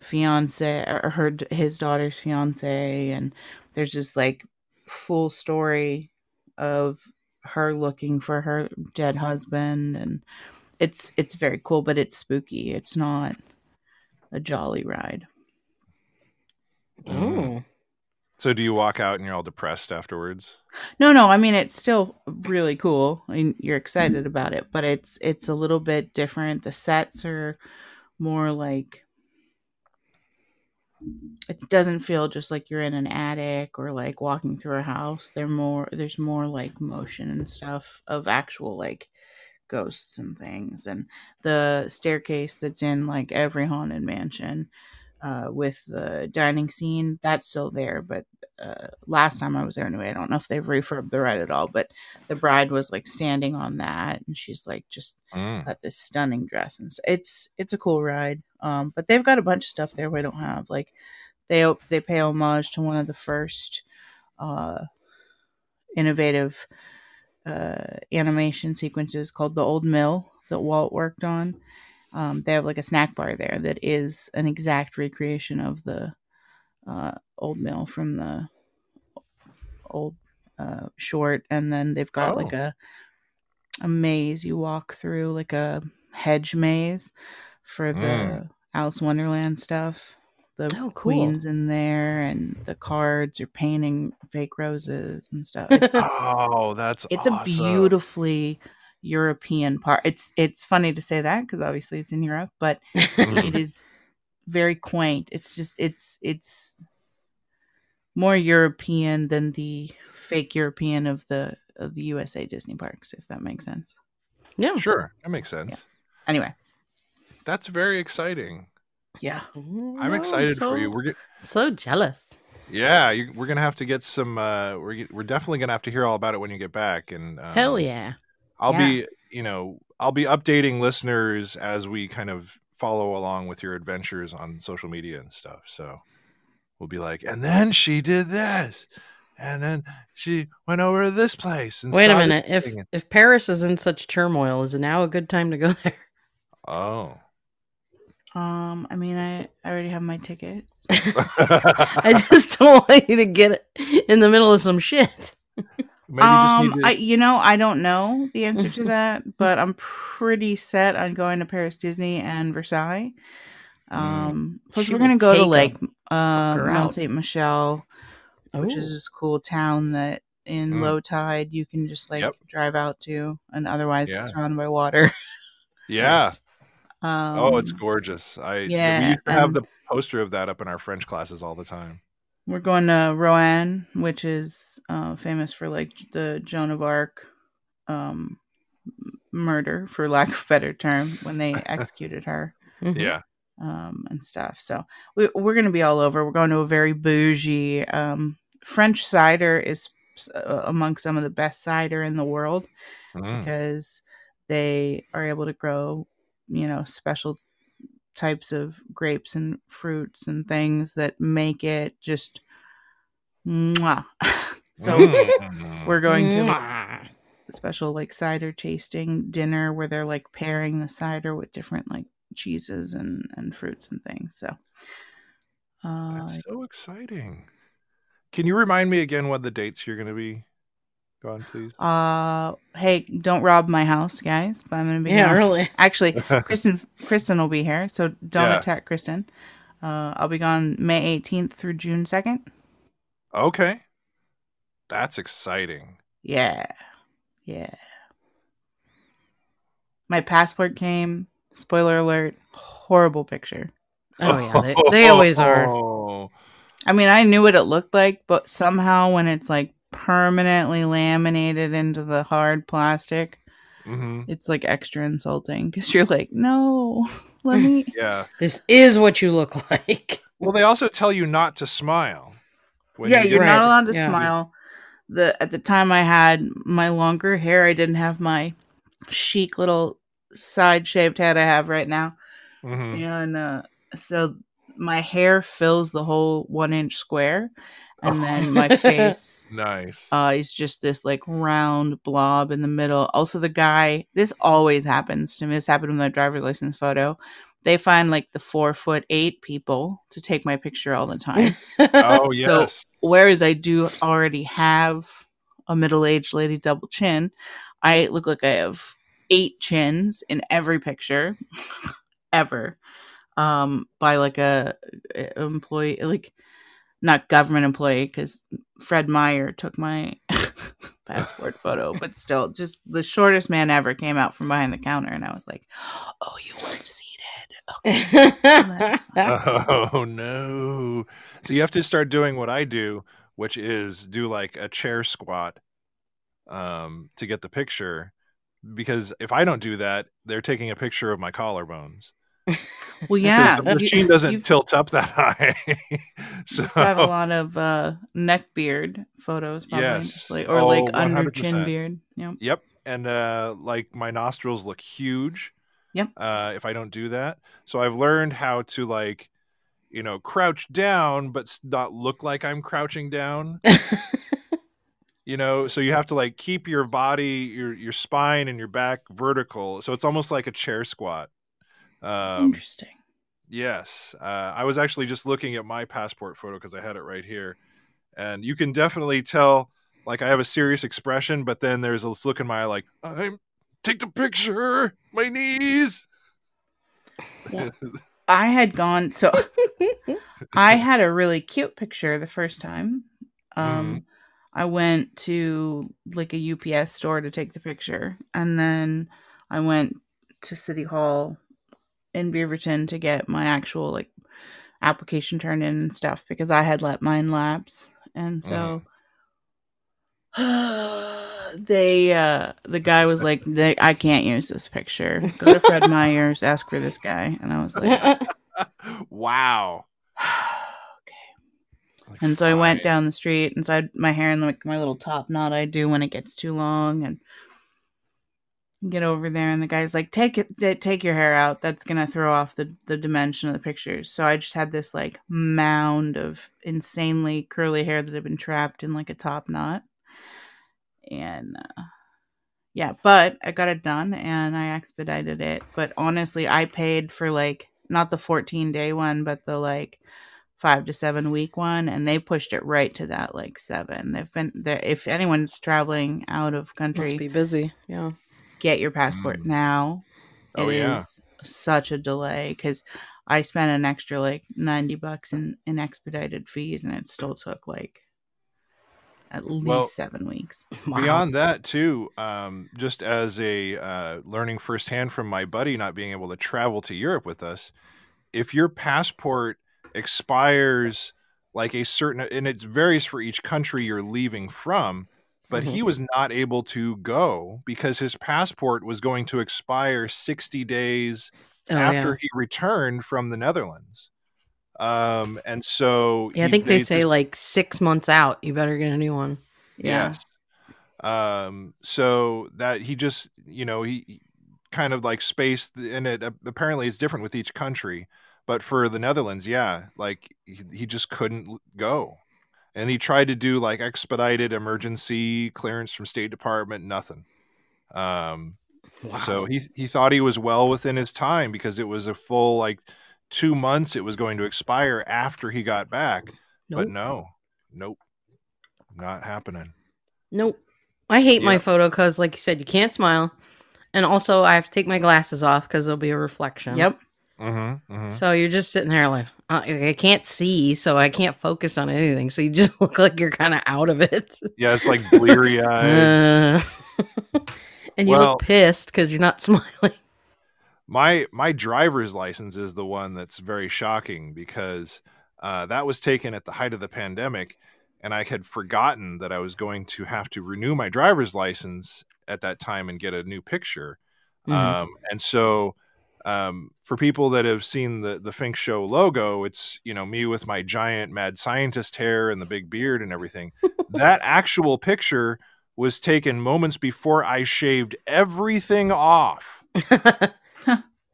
S5: fiance or her d- his daughter's fiance and there's just like full story of her looking for her dead husband and it's it's very cool but it's spooky it's not a jolly ride
S1: Mm-hmm.
S2: Oh.
S1: So do you walk out and you're all depressed afterwards?
S5: no no i mean it's still really cool I mean, you're excited about it but it's it's a little bit different the sets are more like it doesn't feel just like you're in an attic or like walking through a house they're more there's more like motion and stuff of actual like ghosts and things and the staircase that's in like every haunted mansion uh, with the dining scene that's still there but uh, last time i was there anyway i don't know if they've refurbed the ride at all but the bride was like standing on that and she's like just
S1: Mm.
S5: got this stunning dress and stuff. It's it's a cool ride. Um, but they've got a bunch of stuff there we don't have. Like they they pay homage to one of the first uh, innovative uh, animation sequences called the Old Mill that Walt worked on. Um, they have like a snack bar there that is an exact recreation of the uh, Old Mill from the old uh, short, and then they've got
S1: Oh.
S5: like a a maze you walk through, like a hedge maze for the
S1: Mm.
S5: Alice in Wonderland stuff. The
S2: Oh, cool.
S5: queens in there, and the cards are painting fake roses and stuff. It's,
S1: Oh, that's
S5: it's a
S1: awesome.
S5: beautifully European part. It's it's funny to say that because obviously it's in Europe, but it is very quaint. It's just it's it's more European than the fake European of the of the USA Disney parks, if that makes sense.
S2: yeah.
S1: Sure, that makes sense.
S5: Anyway,
S1: That's very exciting.
S5: yeah,
S1: I'm excited for you. We're get,
S2: So jealous.
S1: yeah, you, we're gonna have to get some. Uh, we're get- we're definitely gonna have to hear all about it when you get back. And um,
S2: Hell yeah.
S1: I'll
S5: Yeah.
S1: be, you know, I'll be updating listeners as we kind of follow along with your adventures on social media and stuff. So we'll be like, and then she did this, and then she went over to this place. And
S2: Wait a
S1: saw this
S2: minute. If
S1: thing and-
S2: if Paris is in such turmoil, is it now a good time to go there?
S1: oh,
S5: Um, I mean, I, I already have my tickets.
S2: I just don't want you to get in the middle of some shit.
S1: maybe
S5: um,
S1: you just need to,
S5: I, you know, I don't know the answer to that, but I'm pretty set on going to Paris Disney and Versailles.
S1: Mm.
S5: Um, plus
S2: She
S5: we're gonna
S2: will
S5: go to
S2: take a
S5: like uh,
S2: fucker
S5: Mount
S2: out.
S5: Saint Michelle, which is this cool town that in
S1: Mm.
S5: low tide you can just like
S1: Yep.
S5: drive out to, and otherwise
S1: Yeah.
S5: it's surrounded by water.
S1: yeah.
S5: Um,
S1: Oh, it's gorgeous. I we
S5: yeah,
S1: used to have
S5: and-
S1: the poster of that up in our French classes all the time.
S5: We're going to Roanne, which is uh, famous for like the Joan of Arc um, m- murder, for lack of better term, when they executed her
S2: Mhm.
S1: Yeah.
S5: um, and stuff. So we, we're going to be all over. We're going to a very bougie um, French cider is uh, among some of the best cider in the world
S1: Mm.
S5: because they are able to grow, you know, special types of grapes and fruits and things that make it just mwah. so
S1: Mm.
S5: we're going to
S2: Mwah.
S5: a special like cider tasting dinner where they're like pairing the cider with different like cheeses and and fruits and things. So uh
S1: That's so exciting. Can you remind me again what the dates you're going to be gone, please?
S5: uh hey, don't rob my house, guys, but I'm going to be
S2: Yeah,
S5: gone.
S2: really.
S5: Actually, Kristen Kristen will be here, so don't
S1: Yeah.
S5: attack Kristen. Uh, I'll be gone May 18th through June 2nd.
S1: Okay. That's exciting.
S5: Yeah. Yeah. My passport came. Spoiler alert. Horrible picture.
S2: Oh yeah, they, they always are.
S1: Oh.
S5: I mean, I knew what it looked like, but somehow when it's like permanently laminated into the hard plastic,
S1: Mhm.
S5: it's like extra insulting because you're like, no, let me.
S1: Yeah.
S4: This is what you look like.
S1: Well, they also tell you not to smile. when
S5: yeah,
S1: you
S5: you're
S1: get-
S5: not allowed to
S4: Yeah.
S5: smile. The at the time I had my longer hair, I didn't have my chic little side shaved head I have right now,
S1: Mhm.
S5: and uh, so my hair fills the whole one inch square,
S1: Oh.
S5: and then my face
S1: Nice.
S5: uh, is just this like round blob in the middle. Also, the guy, this always happens to me. This happened with my driver's license photo. They find like the four foot eight people to take my picture all the time.
S1: oh yes.
S5: Whereas I do already have a middle aged lady double chin, I look like I have eight chins in every picture ever um by like a, a employee like not government employee because fred meyer took my passport photo but still just the shortest man ever came out from behind the counter and i was like oh you weren't seated okay that's fine.
S1: Oh no. So you have to start doing what I do, which is do like a chair squat um to get the picture because if I don't do that, they're taking a picture of my collarbones.
S5: well
S1: 'Cause
S5: yeah
S1: the
S5: you-
S1: machine doesn't
S5: you've
S1: tilt up that high. so
S5: got a lot of uh neck beard photos probably
S1: Yes.
S5: just like- or
S1: Oh,
S5: like under chin
S1: 100%.
S5: beard yeah
S1: Um, Yep. And uh like my nostrils look huge.
S5: Yep.
S1: Uh if I don't do that. So I've learned how to like you know crouch down but s- not look like I'm crouching down. you know, so you have to like keep your body, your your spine and your back vertical. So it's almost like a chair squat. Um
S5: interesting
S1: yes. Uh I was actually just looking at my passport photo cuz I had it right here. And you can definitely tell like I have a serious expression, but then there's this look in my eye like I'm take the picture, my knees.
S5: Yeah. I had gone so I had a really cute picture the first time. Um I went to like a UPS store to take the picture and then I went to City Hall in Beaverton to get my actual like application turned in and stuff because I had let mine lapse. And so they uh the guy was like they, I can't use this picture. Go to Fred Meyer's, ask for this guy. And I was like
S1: wow. Like,
S5: and so I went
S1: fine.
S5: down the street, and so I had my hair in like my little top knot I do when it gets too long, and get over there, and the guy's like, "Take it, ta- take your hair out. That's gonna throw off the the dimension of the pictures." So I just had this like mound of insanely curly hair that had been trapped in like a top knot, and uh, yeah, but I got it done, and I expedited it. But honestly, I paid for like not the fourteen day one, but the like five to seven week one and they pushed it right to that like seven they've been there if anyone's traveling out of country
S2: Must be busy. Yeah.
S5: get your passport
S1: Mm.
S5: now It is
S1: Oh, yeah.
S5: such a delay because i spent an extra like 90 bucks in, in expedited fees and it still took like at least
S1: Well,
S5: seven weeks
S2: Oh,
S1: Beyond that, too, um, just as a uh, learning firsthand from my buddy not being able to travel to Europe with us, if your passport expires like a certain, and it varies for each country you're leaving from, but
S2: Mm-hmm.
S1: he was not able to go because his passport was going to expire 60 days
S2: Oh,
S1: after
S2: yeah.
S1: he returned from the Netherlands. Um, and so,
S2: Yeah, I
S1: he-
S2: think they, say
S1: just-
S2: like six months out, you better get a new one.
S5: yeah
S1: Yes. Um, so that he just, you know, he he kind of like spaced th- in it. Ap- Apparently, it's different with each country, but for the Netherlands, yeah, like he, he just couldn't l- go. And he tried to do like expedited emergency clearance from State Department, nothing. Um, so he he thought he was well within his time because it was a full like two months. It was going to expire after he got back, but
S2: Nope.
S1: no, nope, not happening.
S2: Nope. I hate my
S1: Yep.
S2: photo because, like you said, you can't smile. And also, I have to take my glasses off because there'll be a reflection.
S5: yep
S1: Mm-hmm, mm-hmm.
S2: So you're just sitting there like, uh, I can't see, so I can't focus on anything. So you just look like you're kind of out of it.
S1: Yeah, it's like bleary eyed.
S2: Uh, and you
S1: Well-
S2: look pissed because you're not smiling.
S1: my my driver's license is the one that's very shocking because uh, that was taken at the height of the pandemic, and I had forgotten that I was going to have to renew my driver's license at that time and get a new picture. Um, and so, um, for people that have seen the the Fink Show logo, it's you know me with my giant mad scientist hair and the big beard and everything. that actual picture was taken moments before I shaved everything off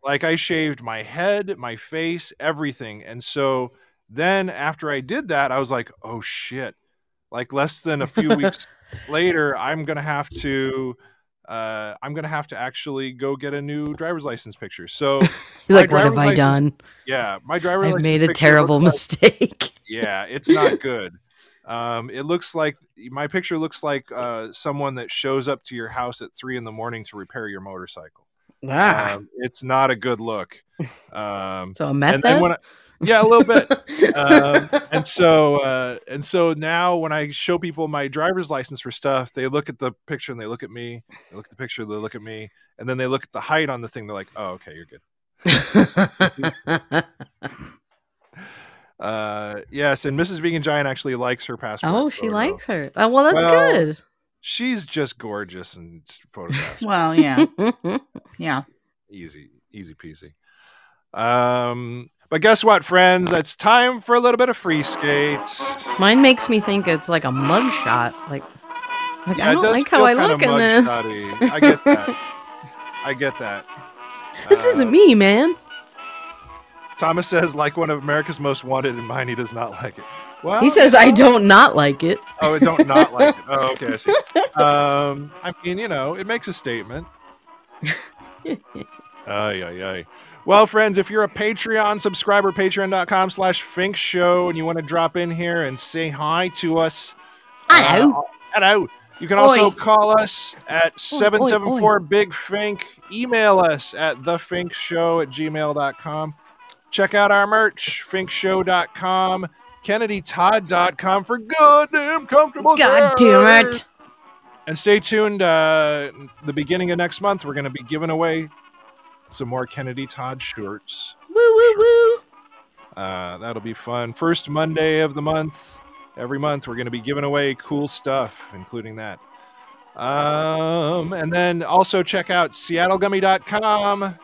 S1: like I shaved my head, my face, everything. And so then after I did that, I was like, oh shit. Like less than a few weeks later, I'm gonna have to uh I'm gonna have to actually go get a new driver's license picture. So
S2: You're
S1: My
S2: like, what have I
S1: driver's license
S2: done?
S1: yeah, my driver's
S2: I've
S1: license
S2: made a
S1: picture
S2: terrible
S1: looks like-
S2: mistake.
S1: yeah, it's not good. Um, it looks like my picture looks like uh, someone that shows up to your house at three in the morning to repair your motorcycle.
S2: Ah.
S1: Um, it's not a good look. Um,
S2: so a
S1: and
S2: method?
S1: then when I, yeah, a little bit. Um, and so, uh, and so now when I show people my driver's license for stuff, they look at the picture and they look at me. They look at the picture, they look at me, and then they look at the height on the thing. They're like, "Oh, okay, you're good." Uh, yes, and Mrs. Vegan Giant actually likes her passport.
S2: oh, she
S1: photo.
S2: likes her. Oh, well, that's
S1: Well,
S2: good.
S1: She's just gorgeous and photographs.
S5: Well, yeah, yeah.
S1: easy, easy peasy. Um, but guess what, friends? It's time for a little bit of free skates.
S2: Mine makes me think it's like a mugshot. Like, like
S1: Yeah,
S2: I
S1: it
S2: don't
S1: does
S2: like how
S1: feel
S2: I
S1: kinda
S2: look in this.
S1: mugshotty. I get that. I get that.
S2: This
S1: Uh,
S2: isn't me, man.
S1: Thomas says, like one of America's most wanted, and mine he does not like it. Well,
S2: He says I don't not like it.
S1: Oh, I don't not like it. Oh, okay, I see. Um, I mean, you know, it makes a statement. Ay, ay, ay. Well, friends, if you're a Patreon subscriber, patreon.com slash Fink Show, and you want to drop in here and say hi to us. uh,
S2: Hello.
S1: hello. You can also
S2: Oi.
S1: call us at
S2: oi, oi.
S1: 774 Big Fink. Email us at thefinkshow at gmail.com. Check out our merch, finkshow.com, kennedytodd.com for goddamn comfortable
S2: God
S1: shirts.
S2: damn it.
S1: And stay tuned. Uh, the beginning of next month, we're going to be giving away some more Kennedy Todd shirts.
S2: Woo woo woo.
S1: Uh, that'll be fun. First Monday of the month. Every month, we're going to be giving away cool stuff, including that. Um, and then also check out seattlegummy.com.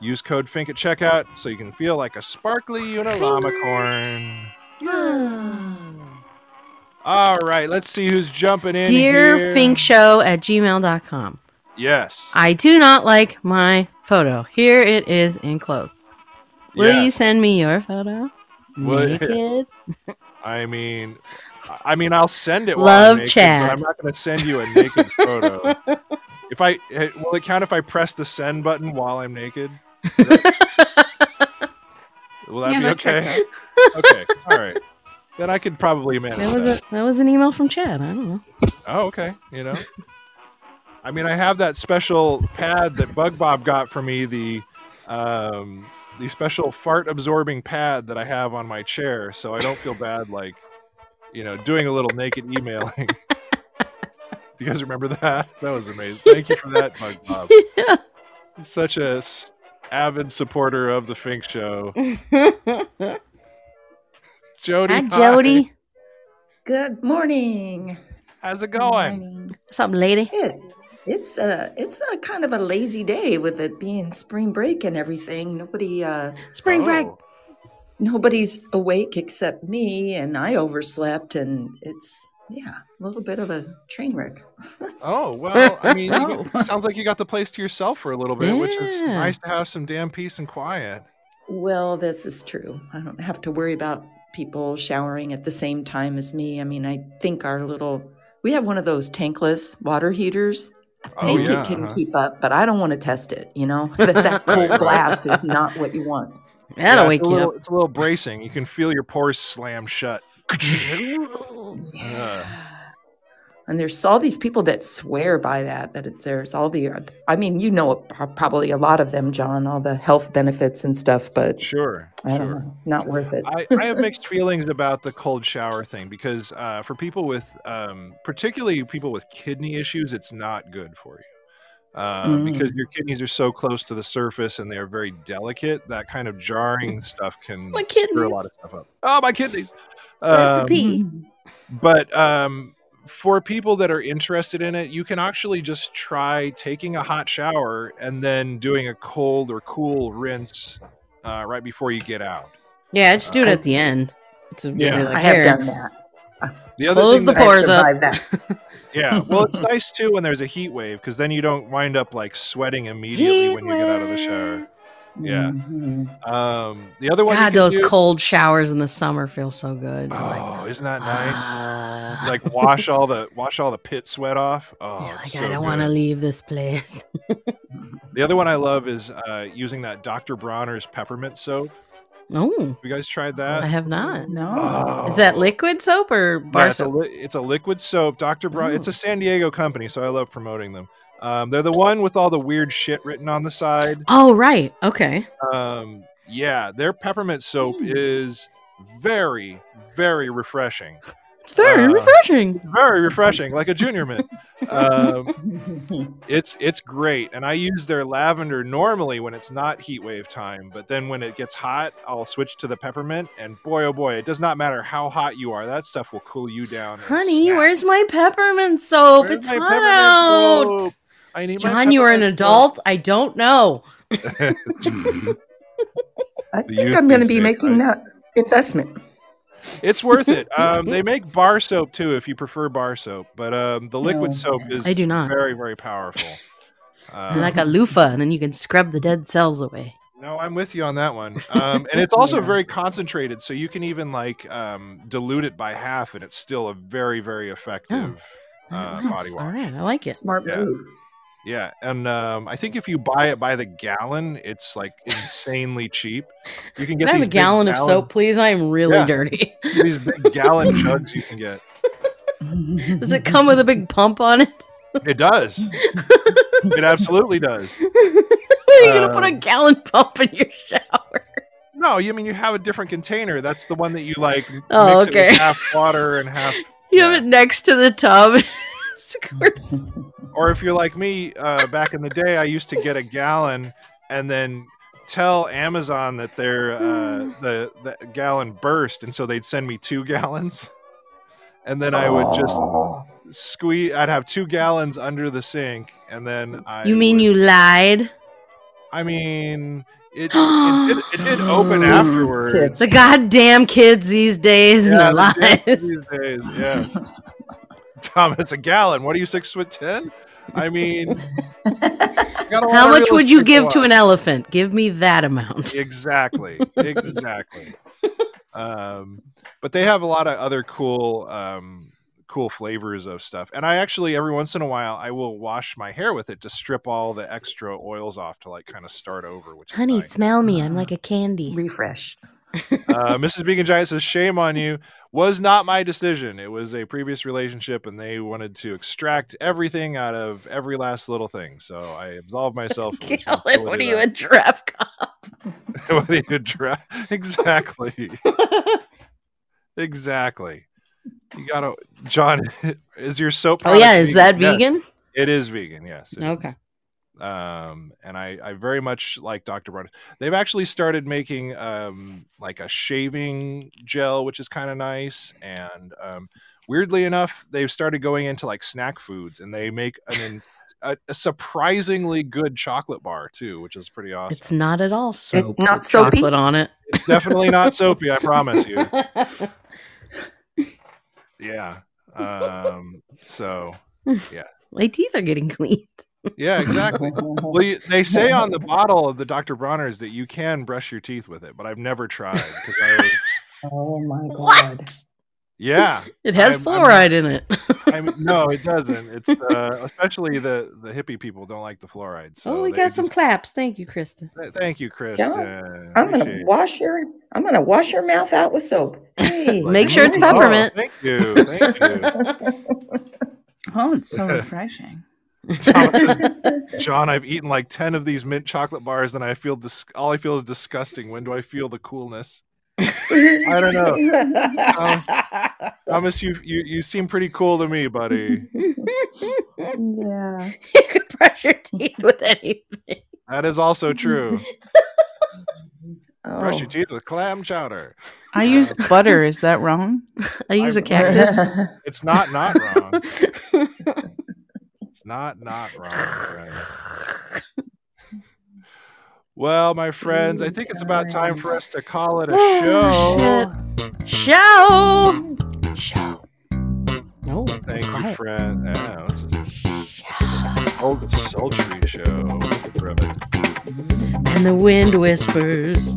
S1: Use code FINK at checkout so you can feel like a sparkly uniramacorn. All right, let's see who's jumping in.
S2: Dear
S1: here.
S2: Fink Show at gmail.com.
S1: Yes.
S2: I do not like my photo. Here it is enclosed. Will
S1: Yeah.
S2: you send me your photo?
S1: Will-
S2: Naked.
S1: I mean, I mean, I'll send it. while I'm
S2: Love
S1: naked, but
S2: Chad.
S1: I'm not going to send you a naked photo. If I eh, will it count if I press the send button while I'm naked? Will that
S5: Yeah,
S1: be
S5: that
S1: okay? okay, all right. Then I could probably manage.
S2: That was a
S1: that.
S2: that was an email from Chad. I don't know.
S1: Oh, okay. You know, I mean, I have that special pad that Bug Bob got for me. The um, the special fart absorbing pad that I have on my chair, so I don't feel bad. Like, you know, doing a little naked emailing. Do you guys remember that? That was amazing. Thank you for that, Bug Bob. Such a s- avid supporter of the Fink Show, Jody.
S2: Hi, Jody.
S8: Good morning.
S1: How's it going?
S8: Morning.
S2: What's up, lady?
S8: It's it's a it's a kind of a lazy day with it being spring break and everything. Nobody uh
S2: Spring break.
S1: Oh,
S8: nobody's awake except me and I overslept and it's yeah, a little bit of a train wreck.
S1: Oh well, I mean, you-
S5: Oh.
S1: sounds like you got the place to yourself for a little bit, which is
S2: Yeah.
S1: nice to have some damn peace and quiet.
S8: Well, this is true. I don't have to worry about people showering at the same time as me. I mean, I think our little we have one of those tankless water heaters
S1: Oh
S8: think
S1: yeah,
S8: it can
S1: uh-huh.
S8: keep up, but I don't want to test it. You know, that, that cold
S1: Right, right.
S8: blast is not what you want.
S2: That'll
S1: Yeah,
S2: wake
S1: it's a
S2: you
S1: little-
S2: up.
S1: It's a little bracing. You can feel your pores slam shut. Uh,
S8: And there's all these people that swear by that, that it's there's all the, I mean, you know, pro- probably a lot of them, John, all the health benefits and stuff, but
S1: Sure.
S8: I don't
S1: sure.
S8: know, not worth it.
S1: I, I have mixed feelings about the cold shower thing because uh, for people with, um, particularly people with kidney issues, it's not good for you. Uh, Because
S2: Mm.
S1: your kidneys are so close to the surface and they are very delicate, that kind of jarring stuff can
S2: Mm. My
S1: screw a lot of stuff up. Oh, my kidneys! Um,
S2: pee.
S1: but um, for people that are interested in it, you can actually just try taking a hot shower and then doing a cold or cool rinse uh, right before you get out.
S2: Yeah, just do it at the end. It's a,
S1: Yeah.
S2: like,
S8: I have
S2: here,
S8: done that.
S1: The other
S2: Close
S1: thing
S2: the
S1: that-
S2: pores up.
S8: survived that.
S1: Yeah, well, it's nice too when there's a heat wave because then you don't wind up like sweating immediately
S2: Heat
S1: when you get out of the shower. Yeah.
S8: Mhm.
S1: Um, the other one, you
S2: God,
S1: can
S2: those
S1: do-
S2: cold showers in the summer feel so good.
S1: Oh,
S2: Like,
S1: isn't that nice?
S2: ah.
S1: like wash all the wash all the pit sweat off. Oh,
S2: You're like,
S1: it's
S2: I
S1: so
S2: don't
S1: good.
S2: want to leave this place.
S1: The other one I love is uh, using that Dr. Bronner's peppermint soap.
S2: No,
S1: You guys tried
S2: Oh, I
S1: that?
S2: have not.
S9: No.
S2: Is that
S1: Oh.
S2: liquid soap or
S1: Yeah,
S2: bar
S1: it's, a
S2: soap?
S1: li- it's a liquid soap. Dr. Bron, it's a San Diego company, so I love promoting them. Um, they're the one with all the weird shit written on the side.
S2: Oh, right. Okay.
S1: Um, yeah, their peppermint soap
S2: Hmm.
S1: is very, very refreshing.
S2: It's very
S1: Uh,
S2: refreshing.
S1: Very refreshing, like a junior mint. Um, it's it's great, and I use their lavender normally when it's not heat wave time. But then when it gets hot, I'll switch to the peppermint, and boy oh boy, it does not matter how hot you are. That stuff will cool you down. and
S2: Honey,
S1: snap.
S2: where's my peppermint soap?
S1: Where's
S2: it's
S1: my
S2: hot
S1: peppermint
S2: out.
S1: soap? I need my
S2: John, you are an
S1: peppermint soap.
S2: adult. I don't know.
S8: I
S1: The
S8: think
S1: youth
S8: I'm going to
S1: these
S8: be
S1: days,
S8: making
S1: right?
S8: that investment.
S1: It's worth it. Um, they make bar soap too, if you prefer bar soap. But um, the liquid
S8: No.
S1: soap is
S2: I do not.
S1: very very powerful. Uh,
S2: And like a loofah, and then you can scrub the dead cells away.
S1: no, I'm with you on that one. Um, and it's also very concentrated, so you can even like um, dilute it by half, and it's still a very very effective uh,
S2: Nice.
S1: body wash.
S2: All right, I like it.
S8: Smart
S1: Yeah.
S8: move.
S1: Yeah, and um, I think if you buy it by the gallon, it's like insanely cheap. You can get
S2: Can I have a
S1: these big
S2: gallon of soap, please? I am really
S1: Yeah.
S2: dirty.
S1: These big gallon jugs you can get.
S2: Does it come with a big pump on it?
S1: It does. it absolutely does.
S2: Are you gonna put a
S1: Um,
S2: gallon pump in your shower?
S1: No, you mean you have a different container. That's the one that you like m-
S2: Oh,
S1: mix it
S2: okay.
S1: with half water and half.
S2: You
S1: Yeah.
S2: have it next to the tub. Squirt-
S1: Or if you're like me, uh, back in the day, I used to get a gallon and then tell Amazon that their uh, the the gallon burst, and so they'd send me two gallons, and then I would just squeeze. I'd have two gallons under the sink, and then I.
S2: you mean
S1: would-
S2: you lied?
S1: I mean. It, it, did, it did open afterwards.
S8: Just-
S2: The goddamn kids these days and their
S1: Yeah, the kids
S2: lies.
S1: These days, yes. Tom, it's a gallon. What are you six foot ten? I mean, gotta
S2: How
S1: wanna
S2: much would you
S1: realistic
S2: give to
S1: lot.
S2: an elephant? Give me that amount.
S1: Exactly, exactly. um, but they have a lot of other cool, um, cool flavors of stuff. And I actually, every once in a while, I will wash my hair with it to strip all the extra oils off to like kind of start over. Which
S2: Honey,
S1: is nice.
S2: smell me. I'm like a candy.
S8: Refresh.
S1: uh, Mrs. Vegan Giant says, "Shame on you." Was not my decision. It was a previous relationship, and they wanted to extract everything out of every last little thing. So I absolved myself. of
S2: Gallon, what are you, a
S1: responsibility
S2: giraffe cop?
S1: that- what are you dra- exactly?
S2: Oh,
S1: exactly. You gotta, John. Is your soap?
S2: Oh yeah,
S1: product
S2: is that
S1: Yes,
S2: vegan?
S1: it is vegan. Yes. it is.
S2: Okay.
S1: um and i i very much like dr brown they've actually started making um like a shaving gel which is kind of nice and um weirdly enough they've started going into like snack foods and they make an in- a, a surprisingly good chocolate bar too which is pretty awesome
S2: It's not at all soap.
S8: not
S2: with
S8: soapy?
S2: Chocolate on it.
S1: it's definitely not soapy i promise you yeah um so
S2: My teeth are getting cleaned.
S1: yeah exactly Well, you, they say on the bottle of the Dr. Bronner's that you can brush your teeth with it, but I've never tried. 'cause I-
S8: Oh my god.
S2: What?
S1: yeah,
S2: It has
S1: I'm- I'm-
S2: fluoride in it.
S1: I mean, no, it doesn't. It's uh, especially the the hippie people don't like the fluoride. So
S2: oh, we
S1: they
S2: got some
S1: just-
S2: claps. Thank you, Krista.
S1: Th- Thank you, Chris.
S8: I'm gonna wash your I'm gonna wash your mouth out with soap. Hey,
S2: Make sure it's
S8: nice.
S2: peppermint.
S1: thank you, thank you.
S5: Oh, it's so refreshing.
S1: Thomas says, John, I've eaten like ten of these mint chocolate bars, and I feel dis- all I feel is disgusting. When do I feel the coolness? I don't know. Um, Thomas, you, you you seem pretty cool to me, buddy.
S10: yeah.
S4: you could brush your teeth with anything.
S1: That is also true.
S5: Oh.
S1: Brush your teeth with clam chowder.
S5: I use butter. Is that wrong?
S2: I use
S1: I-
S2: a cactus.
S1: It's not not wrong. It's not not wrong. my friends. Well, my friends, I think it's about time for us to call it a show.
S2: Show. Show. No.
S1: Thank you, friend. Yeah, this is a old sultry show. Love it.
S4: And the wind whispers.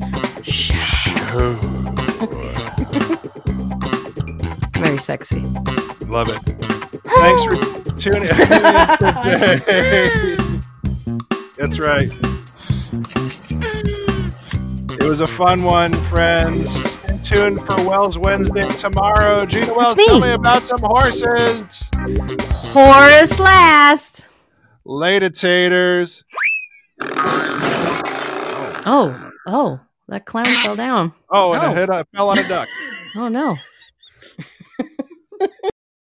S2: Very sexy.
S1: Love it. Thanks for tuning in today. That's right. It was a fun one, friends. Stay tuned for Wells Wednesday tomorrow. Gina Wells,
S4: me.
S1: tell me about some horses.
S2: Horace last.
S1: Later, taters.
S2: Oh, oh, that clown fell down.
S1: Oh, and
S2: Oh.
S1: it hit, uh, fell on a duck.
S2: Oh no.